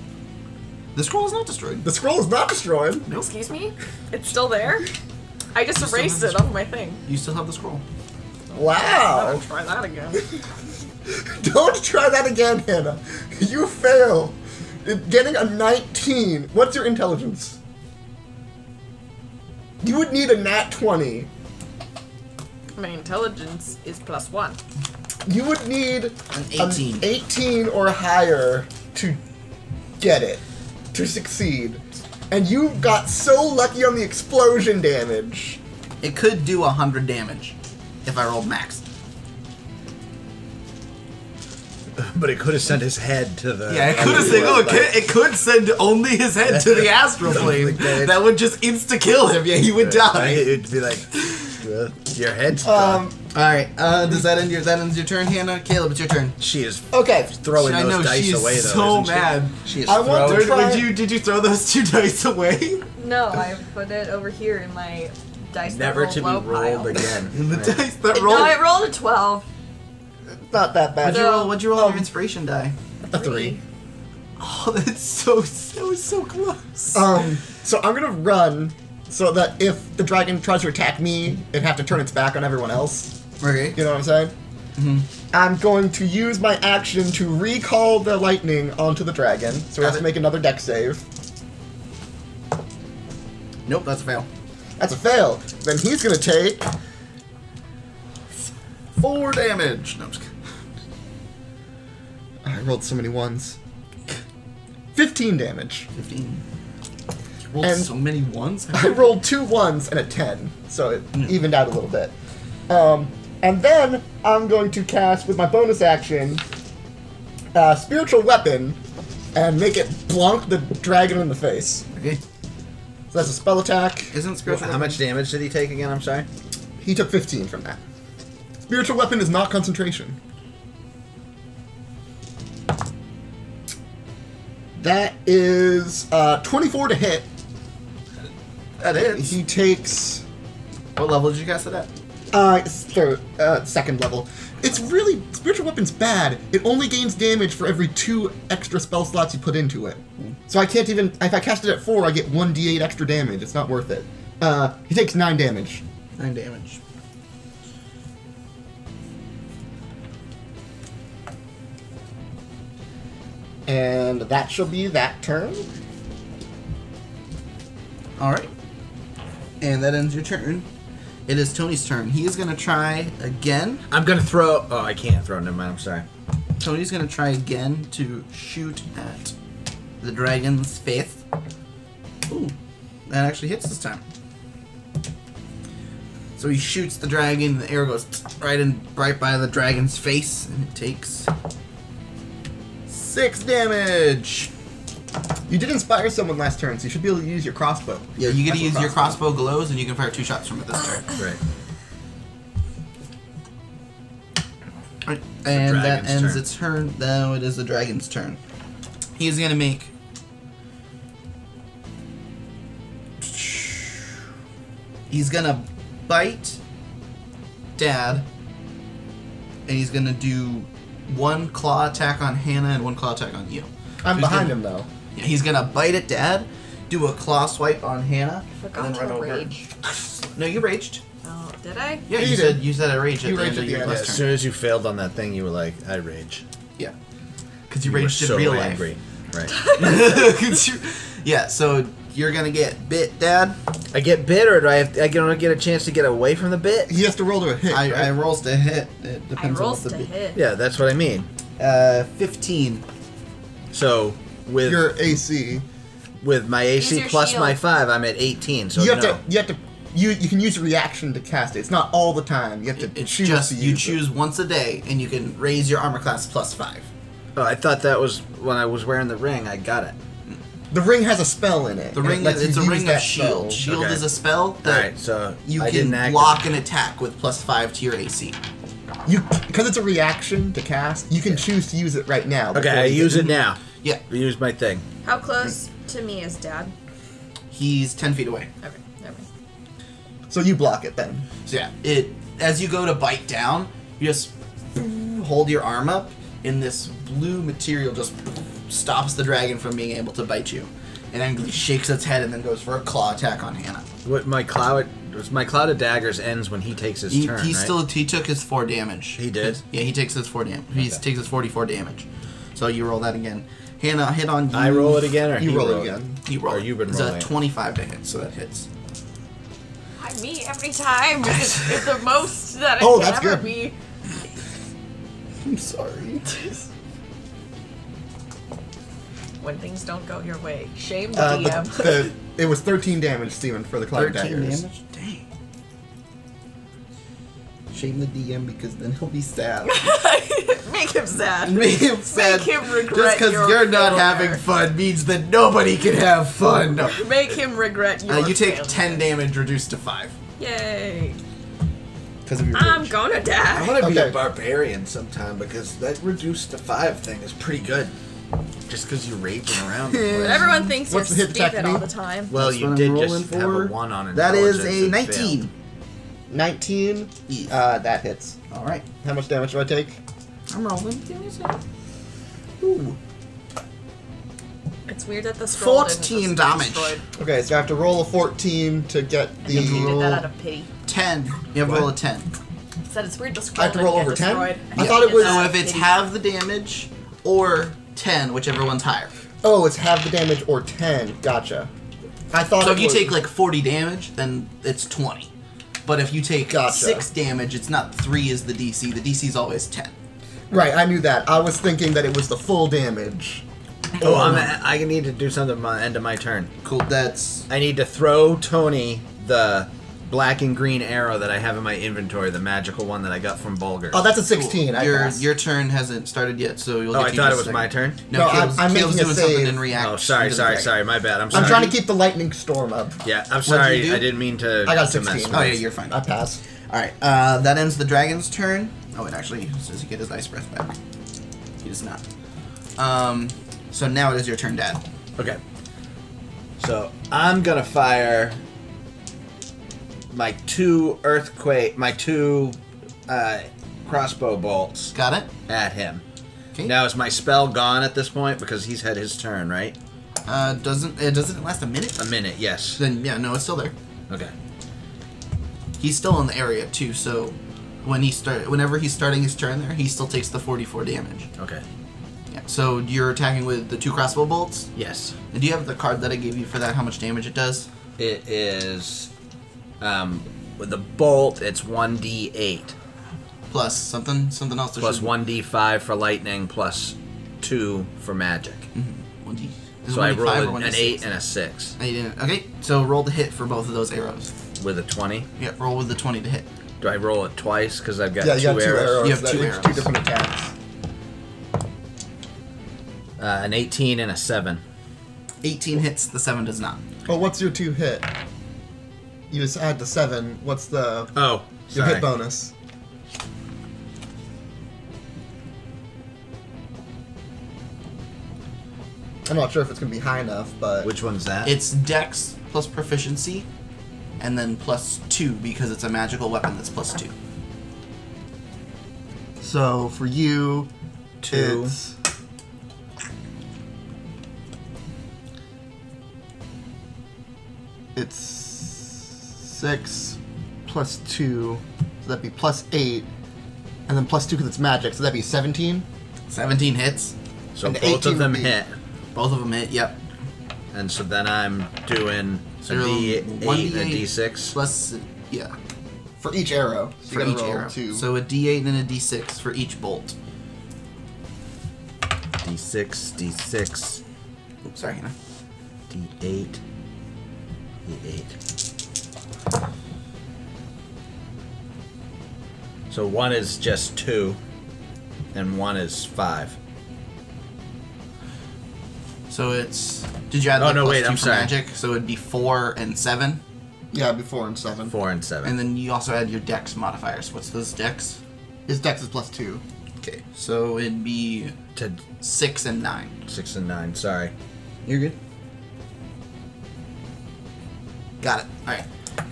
The scroll is not destroyed.
The scroll is not destroyed.
Excuse me? It's still there? I just
still
erased
have
it off my thing.
You still have the scroll.
I'm
Wow.
gonna try that again.
Don't try that again, Hannah. You fail. Getting a 19. What's your intelligence? You would need a nat 20.
My intelligence is plus one.
You would need an
18.
18 or higher to get it, to succeed. And you got so lucky on the explosion damage.
It could do 100 damage if I rolled max.
But it could have sent his head to the.
Yeah, it could have
other
sent. Oh, it
world,
could, it could send only his head to the astral plane.
dead.
That would just insta kill him. Yeah, he would
like, right?
die.
It'd be like, well, your head's
Um,
um,
All right. Uh, does that end your? That ends your turn, Hannah. Caleb, it's your turn.
She is
Okay.
throwing
I
those
know,
dice
she is
away, though.
so
isn't she?
mad.
She is
I want
throwing-
to try.
Did you did you throw those two dice away?
No, I put it over here in my dice
never to be rolled again.
And the dice that
No,
rolled.
I rolled a 12.
Not that bad.
What'd you roll? What'd you roll on your
Um,
inspiration die?
A three.
Oh, that's so that was so close.
Um, so I'm gonna run so that if the dragon tries to attack me, it'd have to turn its back on everyone else.
okay.
You know what I'm saying?
Mm-hmm.
I'm going to use my action to recall the lightning onto the dragon, so he
Got
has
it.
to make another deck save.
Nope, that's a fail.
That's a fail. Then he's gonna take
Four damage. No, I'm just kidding.
I rolled so many ones. 15 damage.
Fifteen. You rolled
And-
so many ones.
I rolled two ones and a 10, so it evened out a little bit. Um, and then I'm going to cast with my bonus action uh, Spiritual Weapon and make it blonk the dragon in the face.
okay.
So that's a spell attack.
Isn't
Well,
spiritual?
How much damage did he take again? I'm sorry.
He took 15 from that. Spiritual Weapon is not concentration. That is uh, 24 to hit.
That is.
He takes
What level did you cast it at?
Uh, it's third, uh, second level. It's really spiritual weapon's bad. It only gains damage for every two extra spell slots you put into it. So I can't even. If I cast it at four, I get one d8 extra damage. It's not worth it. Uh, he takes nine damage.
Nine damage.
And that shall be that turn.
All right. And that ends your turn. It is Tony's turn. He is gonna try again.
I'm gonna throw. Oh, I can't throw. Never mind. I'm sorry.
Tony's gonna try again to shoot at the dragon's face. Ooh, that actually hits this time. So he shoots the dragon. The arrow goes right in, right by the dragon's face, and it takes six damage.
You did inspire someone last turn, so you should be able to use your crossbow.
Yeah, you get to
Special
use your crossbow glows, and you can fire two shots from it this turn.
Right.
Right. And that
dragon's
ends
turn.
its turn. Now it is the dragon's turn. He's gonna make. He's gonna bite Dad and he's gonna do one claw attack on Hannah and one claw attack on you.
I'm
He's
behind
gonna-
him though.
Yeah, he's gonna bite at Dad, do a claw swipe on Hannah,
Forgot
and then
to
run over.
rage.
No, you raged.
Oh, did I?
Yeah,
Yeah,
you,
you
said
did.
you said I rage at
You
the end
raged at
of
the
your
end,
As
last turn.
soon as you failed on that thing, you were like, "I rage."
Yeah, because you,
You
raged
were so
in real
angry. Right.
life. 'Cause you- yeah, so you're gonna get bit, Dad.
I get bit, or do I? Have to, I don't get a chance to get away from the bit.
He has to roll to a hit.
I,
right?
I rolls to hit. It
I
depends on
rolled
what the
to
bit.
hit.
Yeah, that's what I mean.
Uh, fifteen.
So with
Your AC.
with my AC
Use your
plus my
shield.
five, I'm at 18. So
you have
no.
to. You have to. You you can use a reaction to cast it. It's not all the time. You have to
It's
choose
just
to
you
use it.
choose once a day, and you can raise your armor class plus five.
Oh, I thought that was when I was wearing the ring. I got it.
The ring has a spell in it.
The
and it
ring
lets
is it's
you
a
use
ring
that
of shield.
spell.
Shield
Okay.
is a spell
All
that
right, so
you
I
can
didn't act-
block an attack with plus five to your AC.
You because it's a reaction to cast. You can choose to use it right now.
Okay,
before
I
you get-
use it now.
Yeah,
I use my thing.
How close to me is Dad?
he's ten feet away.
Okay, never mind.
So you block it then.
So yeah, it as you go to bite down, you just hold your arm up, and this blue material just stops the dragon from being able to bite you, and then shakes its head and then goes for a claw attack on Hannah.
What my cloud? My cloud of daggers ends when he takes his
He,
turn.
he
right?
still he took his four damage.
He did?
Yeah, he takes his four damage. He takes his forty-four damage. So you roll that again. Hannah hit on.
I
you.
roll it again, or
You
he
roll it
roll
again.
You roll.
Or
it.
you've been
it's
rolling
a
it.
twenty-five to hit, so that hits.
I me every time. It's, it's the most that I
Oh,
can
that's
ever
good.
be.
I'm sorry.
When things don't go your way, shame the
Uh,
DM.
the, the, it was 13 damage, Steven, for the cloud
Thirteen
daggers.
damage. Dang. Shame the DM because then he'll be sad.
Make him sad.
Make him sad.
him regret
just because
your
you're not
failure.
having fun means that nobody can have fun. No.
Make him regret your
Uh, you take
failure.
ten damage, reduced to five.
Yay!
Because of your
I'm
rage.
gonna
I
die.
want to be
Okay.
a barbarian sometime because that reduced to five thing is pretty good. Just because you're raging around. the place.
Everyone thinks
What's the
you're
hit attack
stupid
to me?
all the time.
Well,
That's what
you
I'm
did
rolling
just have
for.
a one on
That is
intelligence
a
and
19.
failed.
19.
Yeah.
Uh, that hits.
All right.
How much damage do I take?
I'm rolling.
Ooh.
It's weird that the scroll didn't just
14 damage.
destroy.
Okay, so I have to roll a 14 to get the.
You did that out of pity.
Ten. You have to roll a ten.
Said it's weird the scroll
I have to roll
didn't
over
get
10?
destroyed.
I thought it was-
So
out of
if it's
pity.
half the damage or ten, whichever one's higher.
oh, it's half the damage or 10. Gotcha. I thought
So
it
if you
was-
take like forty damage, then it's twenty. But if you take
Gotcha.
six damage, it's not three is the DC. The DC is always ten.
Right, I knew that. I was thinking that it was the full damage.
Oh, I'm, I need to do something at the end of my turn.
Cool. That's
I need to throw Tony the black and green arrow that I have in my inventory, the magical one that I got from Bulgar.
Oh, that's a 16. I
your
passed.
your turn hasn't started yet, so you'll.
Oh,
get
I
to
thought
use
it was
second.
my turn?
No,
No,
Caleb's,
I'm- I'm
Caleb's
making a
doing something
save.
in reaction.
Oh, sorry,
to the
sorry,
dragon.
sorry. My bad. I'm sorry.
I'm trying to keep the lightning storm up.
Yeah, I'm
did you
sorry.
do?
I didn't mean to.
I got
to mess
16.
with
Oh yeah,
you.
you're fine.
I pass.
All right, uh, that ends the dragon's turn. Oh, it actually does he get his ice breath back? He does not. Um, so now it is your turn, Dad.
Okay. So I'm gonna fire my two earthquake, my two uh, crossbow bolts
Got it?
at him.
'Kay.
Now is my spell gone at this point because he's had his turn, right?
Uh, doesn't it doesn't last a minute?
A minute, yes.
Then yeah, no, it's still there.
Okay.
He's still in the area too, so when he start, whenever he's starting his turn there, he still takes the 44 damage.
Okay.
Yeah. So you're attacking with the two crossbow bolts.
Yes.
And do you have the card that I gave you for that? How much damage it does?
It is um, with the bolt. It's one d eight
Plus something, something else. there
plus
should-
one d five for lightning plus two for magic.
One D. Mm-hmm. Is
So
it
I
one D five or
rolled
one
an
D
eight
six?
and a six
No, you didn't. Okay, so roll the hit for both of those arrows.
with a twenty.
Yeah, roll with the 20 to hit.
Do I roll it twice? Because I've got
Yeah,
two,
you got two
arrows.
arrows.
You have
That
two
is
arrows.
different attacks.
Uh, an 18 and a 7.
18 hits, the 7 does not.
Well, what's your two hit? You just add the seven. What's the
Oh,
your
sorry.
hit bonus? I'm not sure if it's gonna be high enough, but
Which one's that?
It's dex plus proficiency, and then plus 2 because it's a magical weapon that's plus 2.
So for you,
Two.
it's it's six plus two, so that'd be plus eight, and then plus two because it's magic, so that'd be seventeen.
17 hits.
So
An
both
18
of
would
them
be-
hit,
Both of them hit, yep.
and so then I'm doing a
you're
D8 and
one
a
D8
D6.
Plus, yeah,
For each arrow, so
for
you gotta
each
roll
arrow.
Two.
So a d8 and a d6 for each bolt.
D6, D6,
Oops, sorry, Hannah.
D8, D8. So one is just two, and one is five.
So it's. Did you add
Oh,
like,
no,
plus
wait,
two
I'm
for
sorry.
magic? So it'd be 4 and 7.
yeah, it'd be four and seven.
Four and seven.
And then you also add your dex modifiers. What's those dex?
His dex is plus two.
Okay, so it'd be
to
6 and 9.
six and nine. Sorry.
You're good. Got it. All right.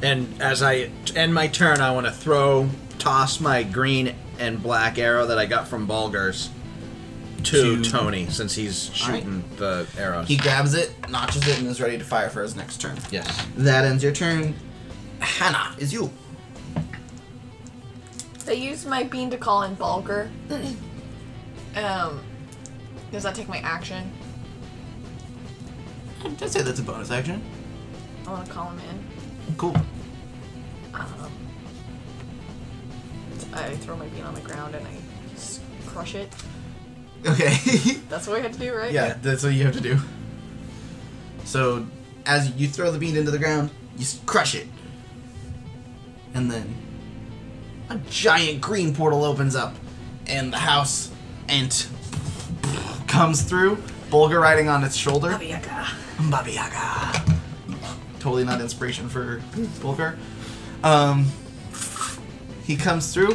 And as I t- end my turn, I want to throw, toss my green and black arrow that I got from Bulgars to,
To-
Tony, since he's shooting the arrows.
He grabs it, notches it, and is ready to fire for his next turn.
yes.
That ends your turn. Hannah, is you.
They used my bean to call in Bulger. um, does that take my action?
I'd say that's a bonus action.
I want to call him in.
Cool.
Um, I throw my bean on the ground and I just crush it.
Okay.
That's what we had to do, right?
yeah, that's what you have to do. So, as you throw the bean into the ground, you s- crush it. And then a giant green portal opens up, and the house Ent comes through, Bulger riding on its shoulder.
Baba Yaga.
Baba Yaga. Totally not inspiration for Bulgar. Um, he comes through.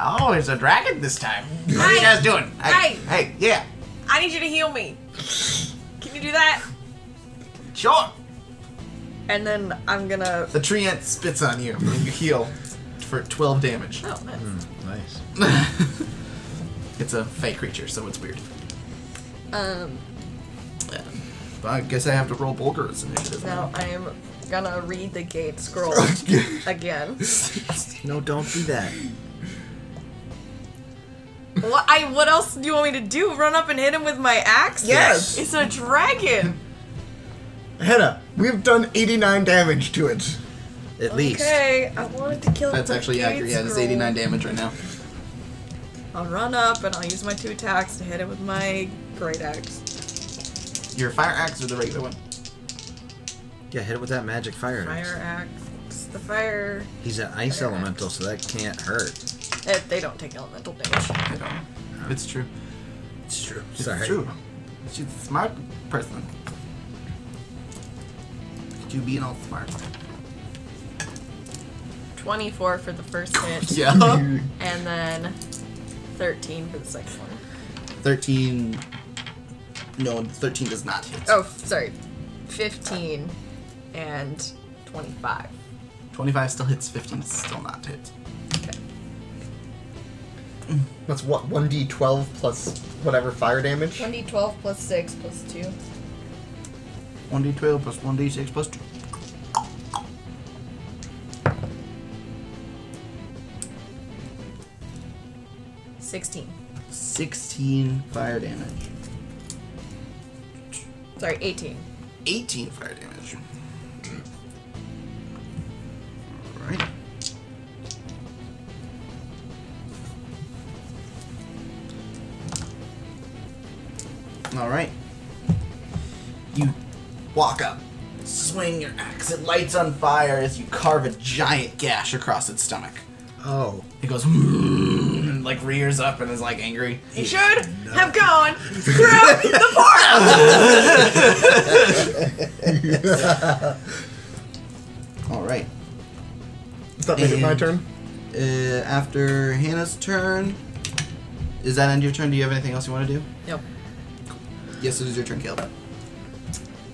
Oh, it's a dragon this time. What are you
Hey!
guys doing? Hey,
Hey!
hey, yeah,
I need you to heal me. Can you do that?
sure.
And then I'm gonna.
The tree ant spits on you. and You heal for 12 damage.
Oh, that's
Hmm.
Nice.
It's a fake creature, so it's weird.
Um,
Yeah. But I guess I have to roll Bulgar's initiative.
now I am gonna read the gate scroll again.
No, don't do that.
What I what else do you want me to do? Run up and hit him with my axe?
Yes.
It's a dragon.
Henna, we've done 89 damage to it.
At least.
Okay, I wanted to kill.
That's
the
actually
gate
accurate. Yeah, it's
scroll.
89 damage right now.
I'll run up and I'll use my two attacks to hit him with my great axe.
Your fire axe or the regular one?
Yeah, hit it with that magic fire. axe.
Fire axe. The fire.
He's an ice
Fire
elemental, so that can't hurt.
Eh, they don't take elemental damage.
I don't. It's true.
It's true.
It's
Sorry.
true. She's a smart person. Could you be an all smart?
Twenty-four for the first hit.
Yeah.
And then thirteen for the second one.
13. No, 13 does not hit.
Oh, sorry, fifteen and twenty-five.
25 still hits, 15 still not hit.
That's what, 1d12 plus whatever fire damage?
One d twelve plus six plus two.
1d12 plus 1d6 plus 2.
Sixteen.
16 fire damage.
Sorry, eighteen.
18 fire damage. Alright. Alright. You walk up, swing your axe, it lights on fire as you carve a giant gash across its stomach.
Oh.
It goes and like rears up and is like angry.
You should have gone through the portal.
Alright.
Does that make it my
And-
turn?
Uh, after Hannah's turn, is that end your turn? Do you have anything else you want to do?
Nope.
Yes, it is your turn, Caleb.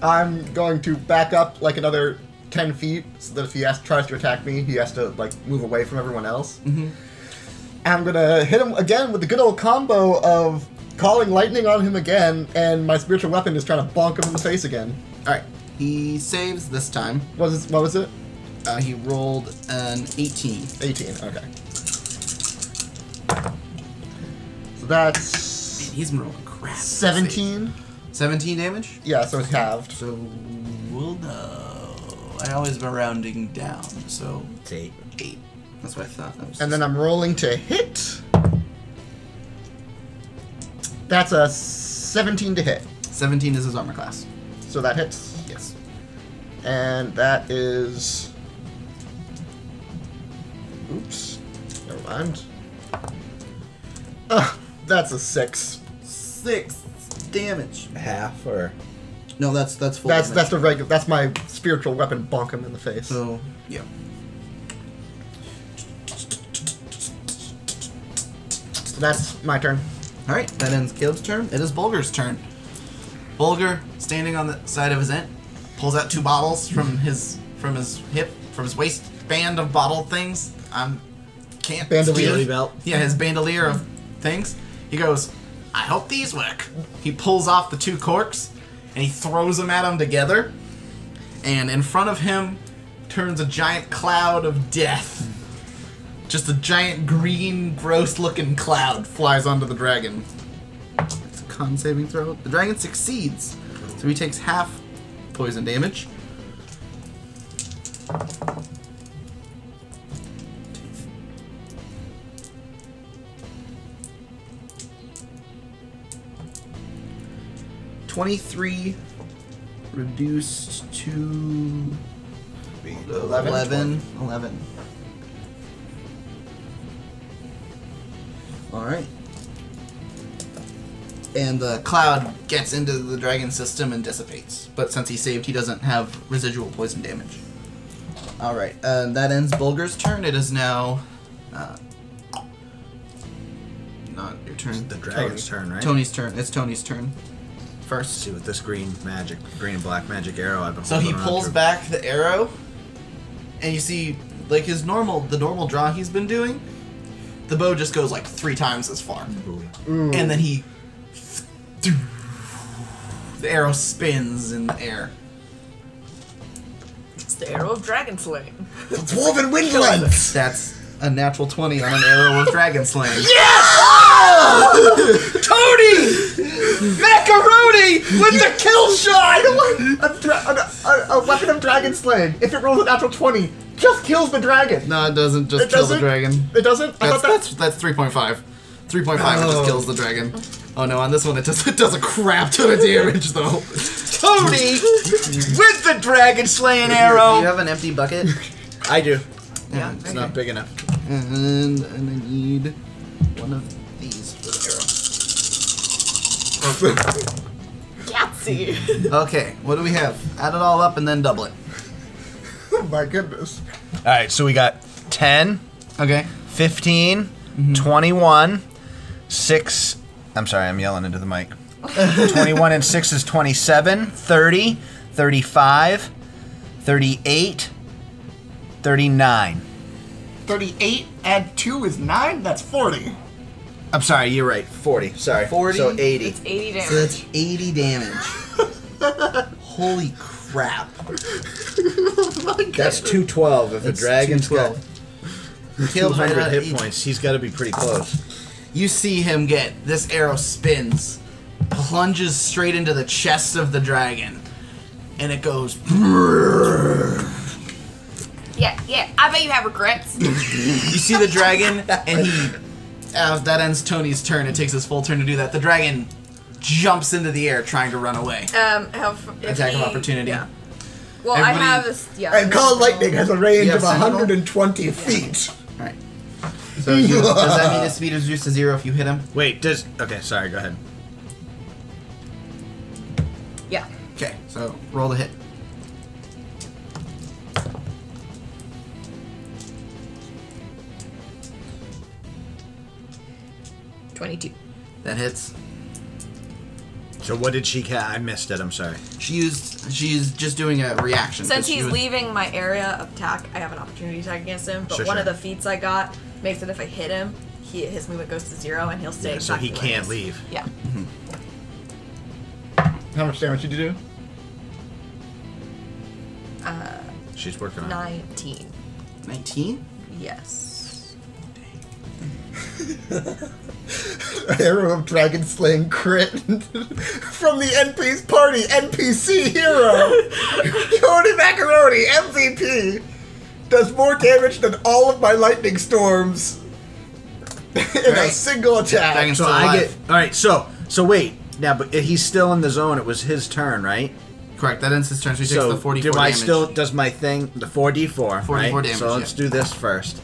I'm going to back up like another 10 feet so that if he has, tries to attack me, he has to like move away from everyone else. Mm-hmm.
I'm gonna hit him again with the good old combo of calling lightning on him again, and my spiritual weapon is trying to bonk him in the face again.
All right. He saves this time.
What is what was it?
Uh, he rolled an 18.
18. Okay. So that's
He's been rolling crap.
17.
17 damage.
Yeah, so it's halved.
So we'll know. I always been rounding down, so
Take.
eight. That's what I thought. That was
And then I'm rolling to hit. That's a 17 to hit.
17 is his armor class.
So that hits.
Yes.
And that is. Oops. Never mind. Ugh, that's a six.
Six damage.
Half or.
No, that's that's full.
That's that's
damage.
the regular. That's my spiritual weapon. Bonk him in the face.
so yeah.
So that's my turn.
All right, that ends Caleb's turn. It is Bulger's turn. Bulger, standing on the side of his tent, pulls out two bottles from his from his hip from his waistband of bottle things. I'm can't
Bandolier.
speak.
belt.
Yeah, his bandolier of things. He goes, I hope these work. He pulls off the two corks and he throws them at him together. And in front of him turns a giant cloud of death. Just a giant green, gross looking cloud flies onto the dragon. It's a con saving throw. The dragon succeeds, so he takes half poison damage. Twenty-three reduced to 11. 11. 11. Alright. And the cloud gets into the dragon system and dissipates. But since he saved, he doesn't have residual poison damage. Alright, uh, that ends Bulger's turn. It is now. Uh, not your turn.
The dragon's turn, right?
Tony's turn. It's Tony's turn.
First. See what this green magic, green and black magic arrow I've been
So he
holding on
pulls
to.
back the arrow, and you see, like his normal, the normal draw he's been doing, the bow just goes like three times as far,
Ooh.
and then he, the arrow spins in the air.
It's the arrow of dragon slaying.
The dwarven wind lens.
That's a natural twenty on an arrow of dragon slaying. Ah!
Macaroni with the kill shot. a, dra- a, a, a weapon of dragon slaying. If it rolls a natural twenty, just kills the dragon.
No, it doesn't. Just
it
kill
doesn't.
the dragon.
It doesn't. I
That's
thought
that's
that's.
that's three point five. Three point five it
Oh.
just kills the dragon. Oh no, on this one it does it does a crap ton of damage though. Tony with the dragon slaying
Do you
arrow.
have an empty bucket?
I do.
Yeah,
It's not big enough.
And, and I need one of these for the
Gatsy.
arrow. Okay, what do we have? Add it all up and then double it.
Oh my goodness.
All right, so we got 10,
Okay.
15,
Mm-hmm.
21, 6. I'm sorry, I'm yelling into the mic. 21 and 6 is 27, 30, 35, 38, 39.
Thirty-eight. Add two is nine. That's forty.
I'm sorry, you're right. 40. Sorry.
40.
So 80.
It's 80 damage.
So that's 80 damage. Holy crap.
That's 212. If
That's
a dragon's got
212. Caleb's right
200
at
hit
eight.
points, he's got to be pretty close.
You see him get this arrow spins, plunges straight into the chest of the dragon, and it goes.
yeah, yeah. I bet you have regrets.
You see the dragon, and he. As that ends Tony's turn, it takes his full turn to do that. The dragon jumps into the air trying to run away.
Um, how f- if
Attack of
he-
opportunity.
Yeah. Well,
Everybody-
I have this. Yeah.
And call lightning has a range
You
of
have Sentinel?
120 feet.
Alright. So you, does that mean his speed is reduced to zero if you hit him?
Wait, does. Okay, sorry, go ahead.
Yeah.
Okay, so roll the hit.
Twenty-two.
That hits.
So what did she ca I missed it, I'm sorry.
She used. She's just doing a reaction. 'cause
Since
she
he's
was-
leaving my area of attack, I have an opportunity attack against him. But
Sure,
one
sure.
of the feats I got makes it if I hit him, he his movement goes to zero, and he'll stay.
Yeah, so he
exactly where
can't
is.
leave.
Yeah.
How much damage did you do?
She's working on it.
Nineteen.
19?
Yes.
Hero of Dragon Slaying Crit from the NP's party, NPC hero! Tony Macaroni, MVP! Does more damage than all of my lightning storms in a
Right.
single attack.
Dragon's
So
still
I
alive.
get. All right. So so wait. Now, but he's still in the zone. It was his turn, right?
Correct. That ends his turn, so he takes
so
the 44
do I
damage.
still does my thing the four d four?
44 damage,
So let's
yeah.
do this first.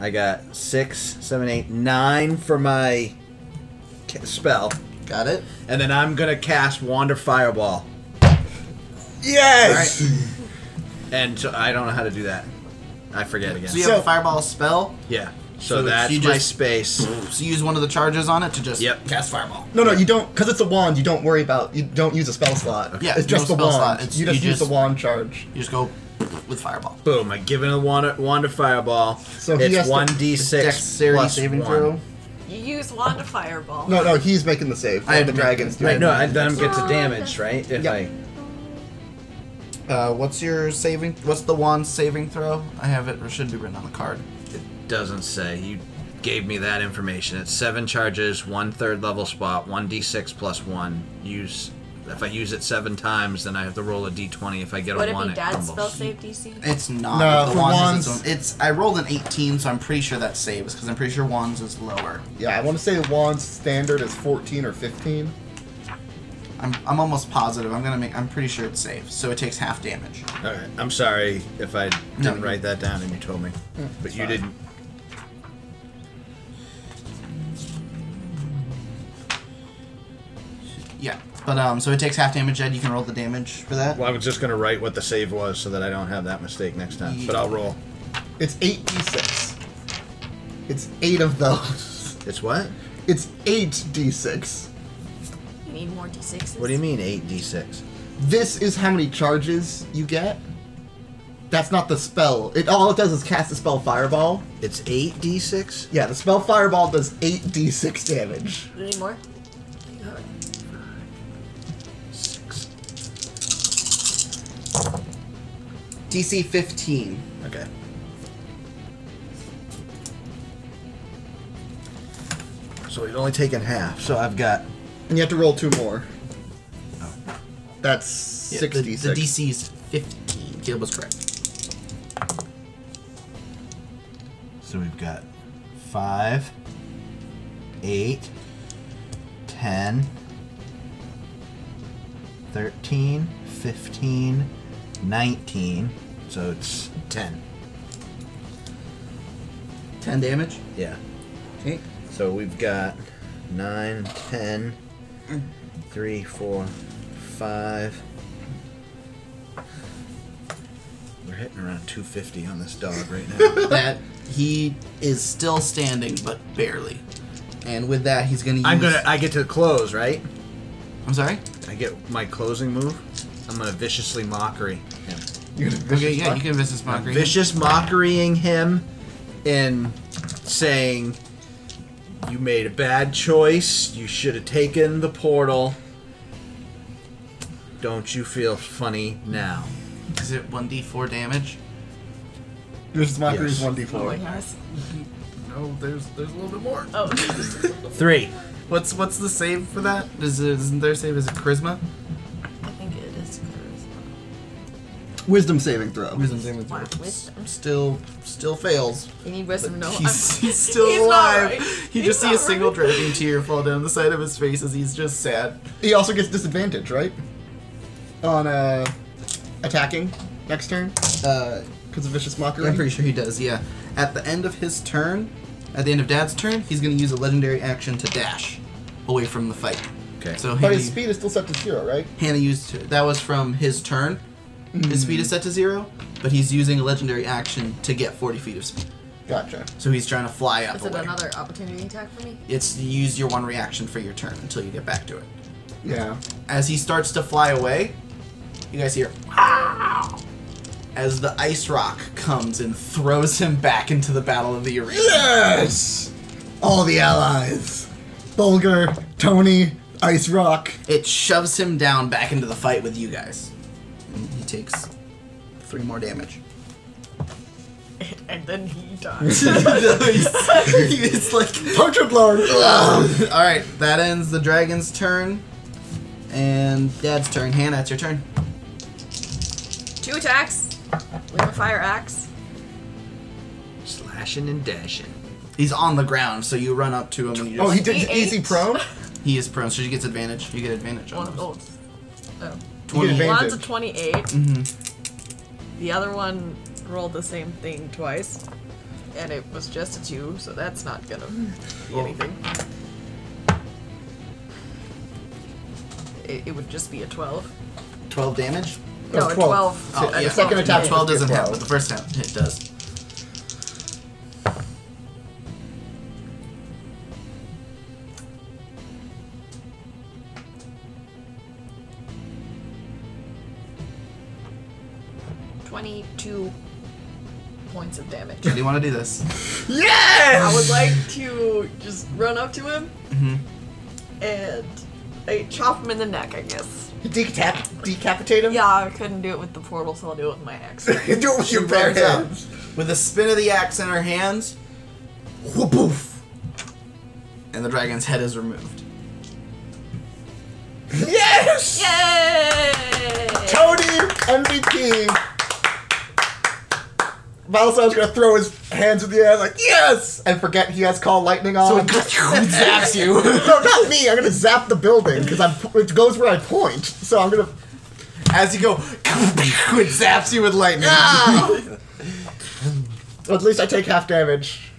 I got six, seven, eight, nine for my ca- spell,
Got it?
and then I'm gonna cast Wander Fireball.
Yes!
And so I don't know how to do that. I forget again.
So you
So-
have a fireball spell.
yeah. So,
So
that's
you
my
just-
space.
So you use one of the charges on it to just
Yep.
cast fireball.
No, no, you don't, because it's a wand, you don't worry about, you don't use a spell slot.
Yeah,
it's
no
just the
spell
wand.
slot, it's-
you just
you
use
just-
the wand charge.
You just go with fireball.
Boom! I give it a Wander, wander Fireball.
So he has
it's
to-
one d six plus one.
You use wand to fireball.
No, no, he's making the save.
I had
the
to make
dragons
Right, no, I
I,
then get to damage, right? If
Yeah.
I
Uh, what's your saving? What's the wand saving throw? I have it, or should be written on the card.
doesn't say. You gave me that information. It's seven charges, one third level spot, one d6 plus one. Use if I use it seven times, then I have to roll a d20. If I get
Would
a
it
one,
be
it
dad's spell
crumbles.
save DC?
It's not.
No,
the
for
wand has its
wands-
own- It's. I rolled an 18, so I'm pretty sure that saves because I'm pretty sure wands is lower.
yeah, I want to say the wand's standard is 14 or 15.
I'm. I'm almost positive. I'm gonna make. I'm pretty sure it saves. So it takes half damage.
All right, I'm sorry if I didn't
No, you-
write that down and you told me, but you didn't.
Yeah. But um. So it takes half damage. Ed, you can roll the damage for that.
Well, I was just gonna write what the save was so that I don't have that mistake next time. But I'll roll.
It's 8d6. It's 8 of those.
It's what?
It's 8d6.
You need more d6s.
What do you mean eight d6?
This is how many charges you get. That's not the spell. It all it does is cast the spell fireball.
It's eight d6.
Yeah, the spell fireball does 8d6 damage.
You need more.
DC 15.
Okay. So he's only taken half. So I've got
And you have to roll two more. That's
Yeah,
6d6.
the, the DC is 15. Caleb was correct.
So we've got five, eight, ten, thirteen, fifteen, nineteen. So it's 10.
10 damage.
Yeah.
Okay.
So we've got nine, ten, three, four, five. We're hitting around 250 on this dog right now.
that he is still standing, but barely. And with that, he's gonna use.
I'm gonna. I get to close, right?
I'm sorry.
I get my closing move. I'm gonna viciously mockery him.
Okay, yeah, you can business mockery.
Vicious mockerying him and saying, You made a bad choice. You should have taken the portal. Don't you feel funny now?
Is it 1d4 damage?
This mockery
Yes.
is
Oh my
1d4.
gosh.
No, there's there's a little bit more.
Oh,
Three.
What's what's the save for that? Is it, isn't their save is it charisma?
I think it is charisma.
Wisdom saving throw.
saving
Wow, wisdom.
Still still fails.
You need wisdom. No,
He's,
I'm-
he's still
he's not
alive.
right.
You
He's
just see
not
a single
right.
dragon tear fall down the side of his face as he's just sad.
He also gets disadvantage, right? On uh, attacking next turn
Uh,
because of vicious mockery.
I'm pretty sure he does, yeah. At the end of his turn, at the end of Dad's turn, he's going to use a legendary action to dash away from the fight.
Okay.
So
But
Hannah,
his speed is still set to zero, right?
Hannah used that was from his turn. His speed is
Hmm.
set to zero, but he's using a legendary action to get 40 feet of speed.
Gotcha.
So he's trying to fly up
Is it
away.
another opportunity attack for me?
It's you use your one reaction for your turn until you get back to it.
Yeah.
As he starts to fly away, you guys hear as the ice rock comes and throws him back into the battle of the arena.
Yes. all the allies. Bulger, Tony, Ice Rock.
It shoves him down back into the fight with you guys. And he takes three more damage.
and then he dies.
it's like,
Puncher blown.
all right, that ends the dragon's turn, and Dad's turn. Hannah, it's your turn.
Two attacks. We have a fire axe.
Slashing and dashing.
He's on the ground, so you run up to him and you just.
Oh, he did
D8.
easy prone.
He is prone, so he gets advantage. You get advantage on
One of
him.
those. Oh.
You get
One's a
advantage.
28. The other one rolled the same thing twice, and it was just a 2, so that's not gonna be anything. It, it would just be a 12.
Oh,
12 damage?
No, a 12.
Oh,
A
yeah.
second attack
12
is
doesn't
your
hit,
12.
but the first hit hit does.
hit. 22 points of damage.
Do you want to do this?
I would like to just run up to him and I chop him in the neck, I guess.
Decap- decapitate him.
Yeah, I couldn't do it with the portal, so I'll do it with my axe.
You do it with your bare
runs up
hands.
with a spin of the axe in her hands. Whoopoof! And the dragon's head is removed.
Yes.
Yay!
Tony MVP. Mileston's gonna throw his hands in the air like yes, and forget he has call lightning on.
it zaps you.
no, not me. I'm gonna zap the building because I'm. It goes where I point, so I'm gonna.
As you go, it zaps you with lightning.
Ah! At least I take half damage.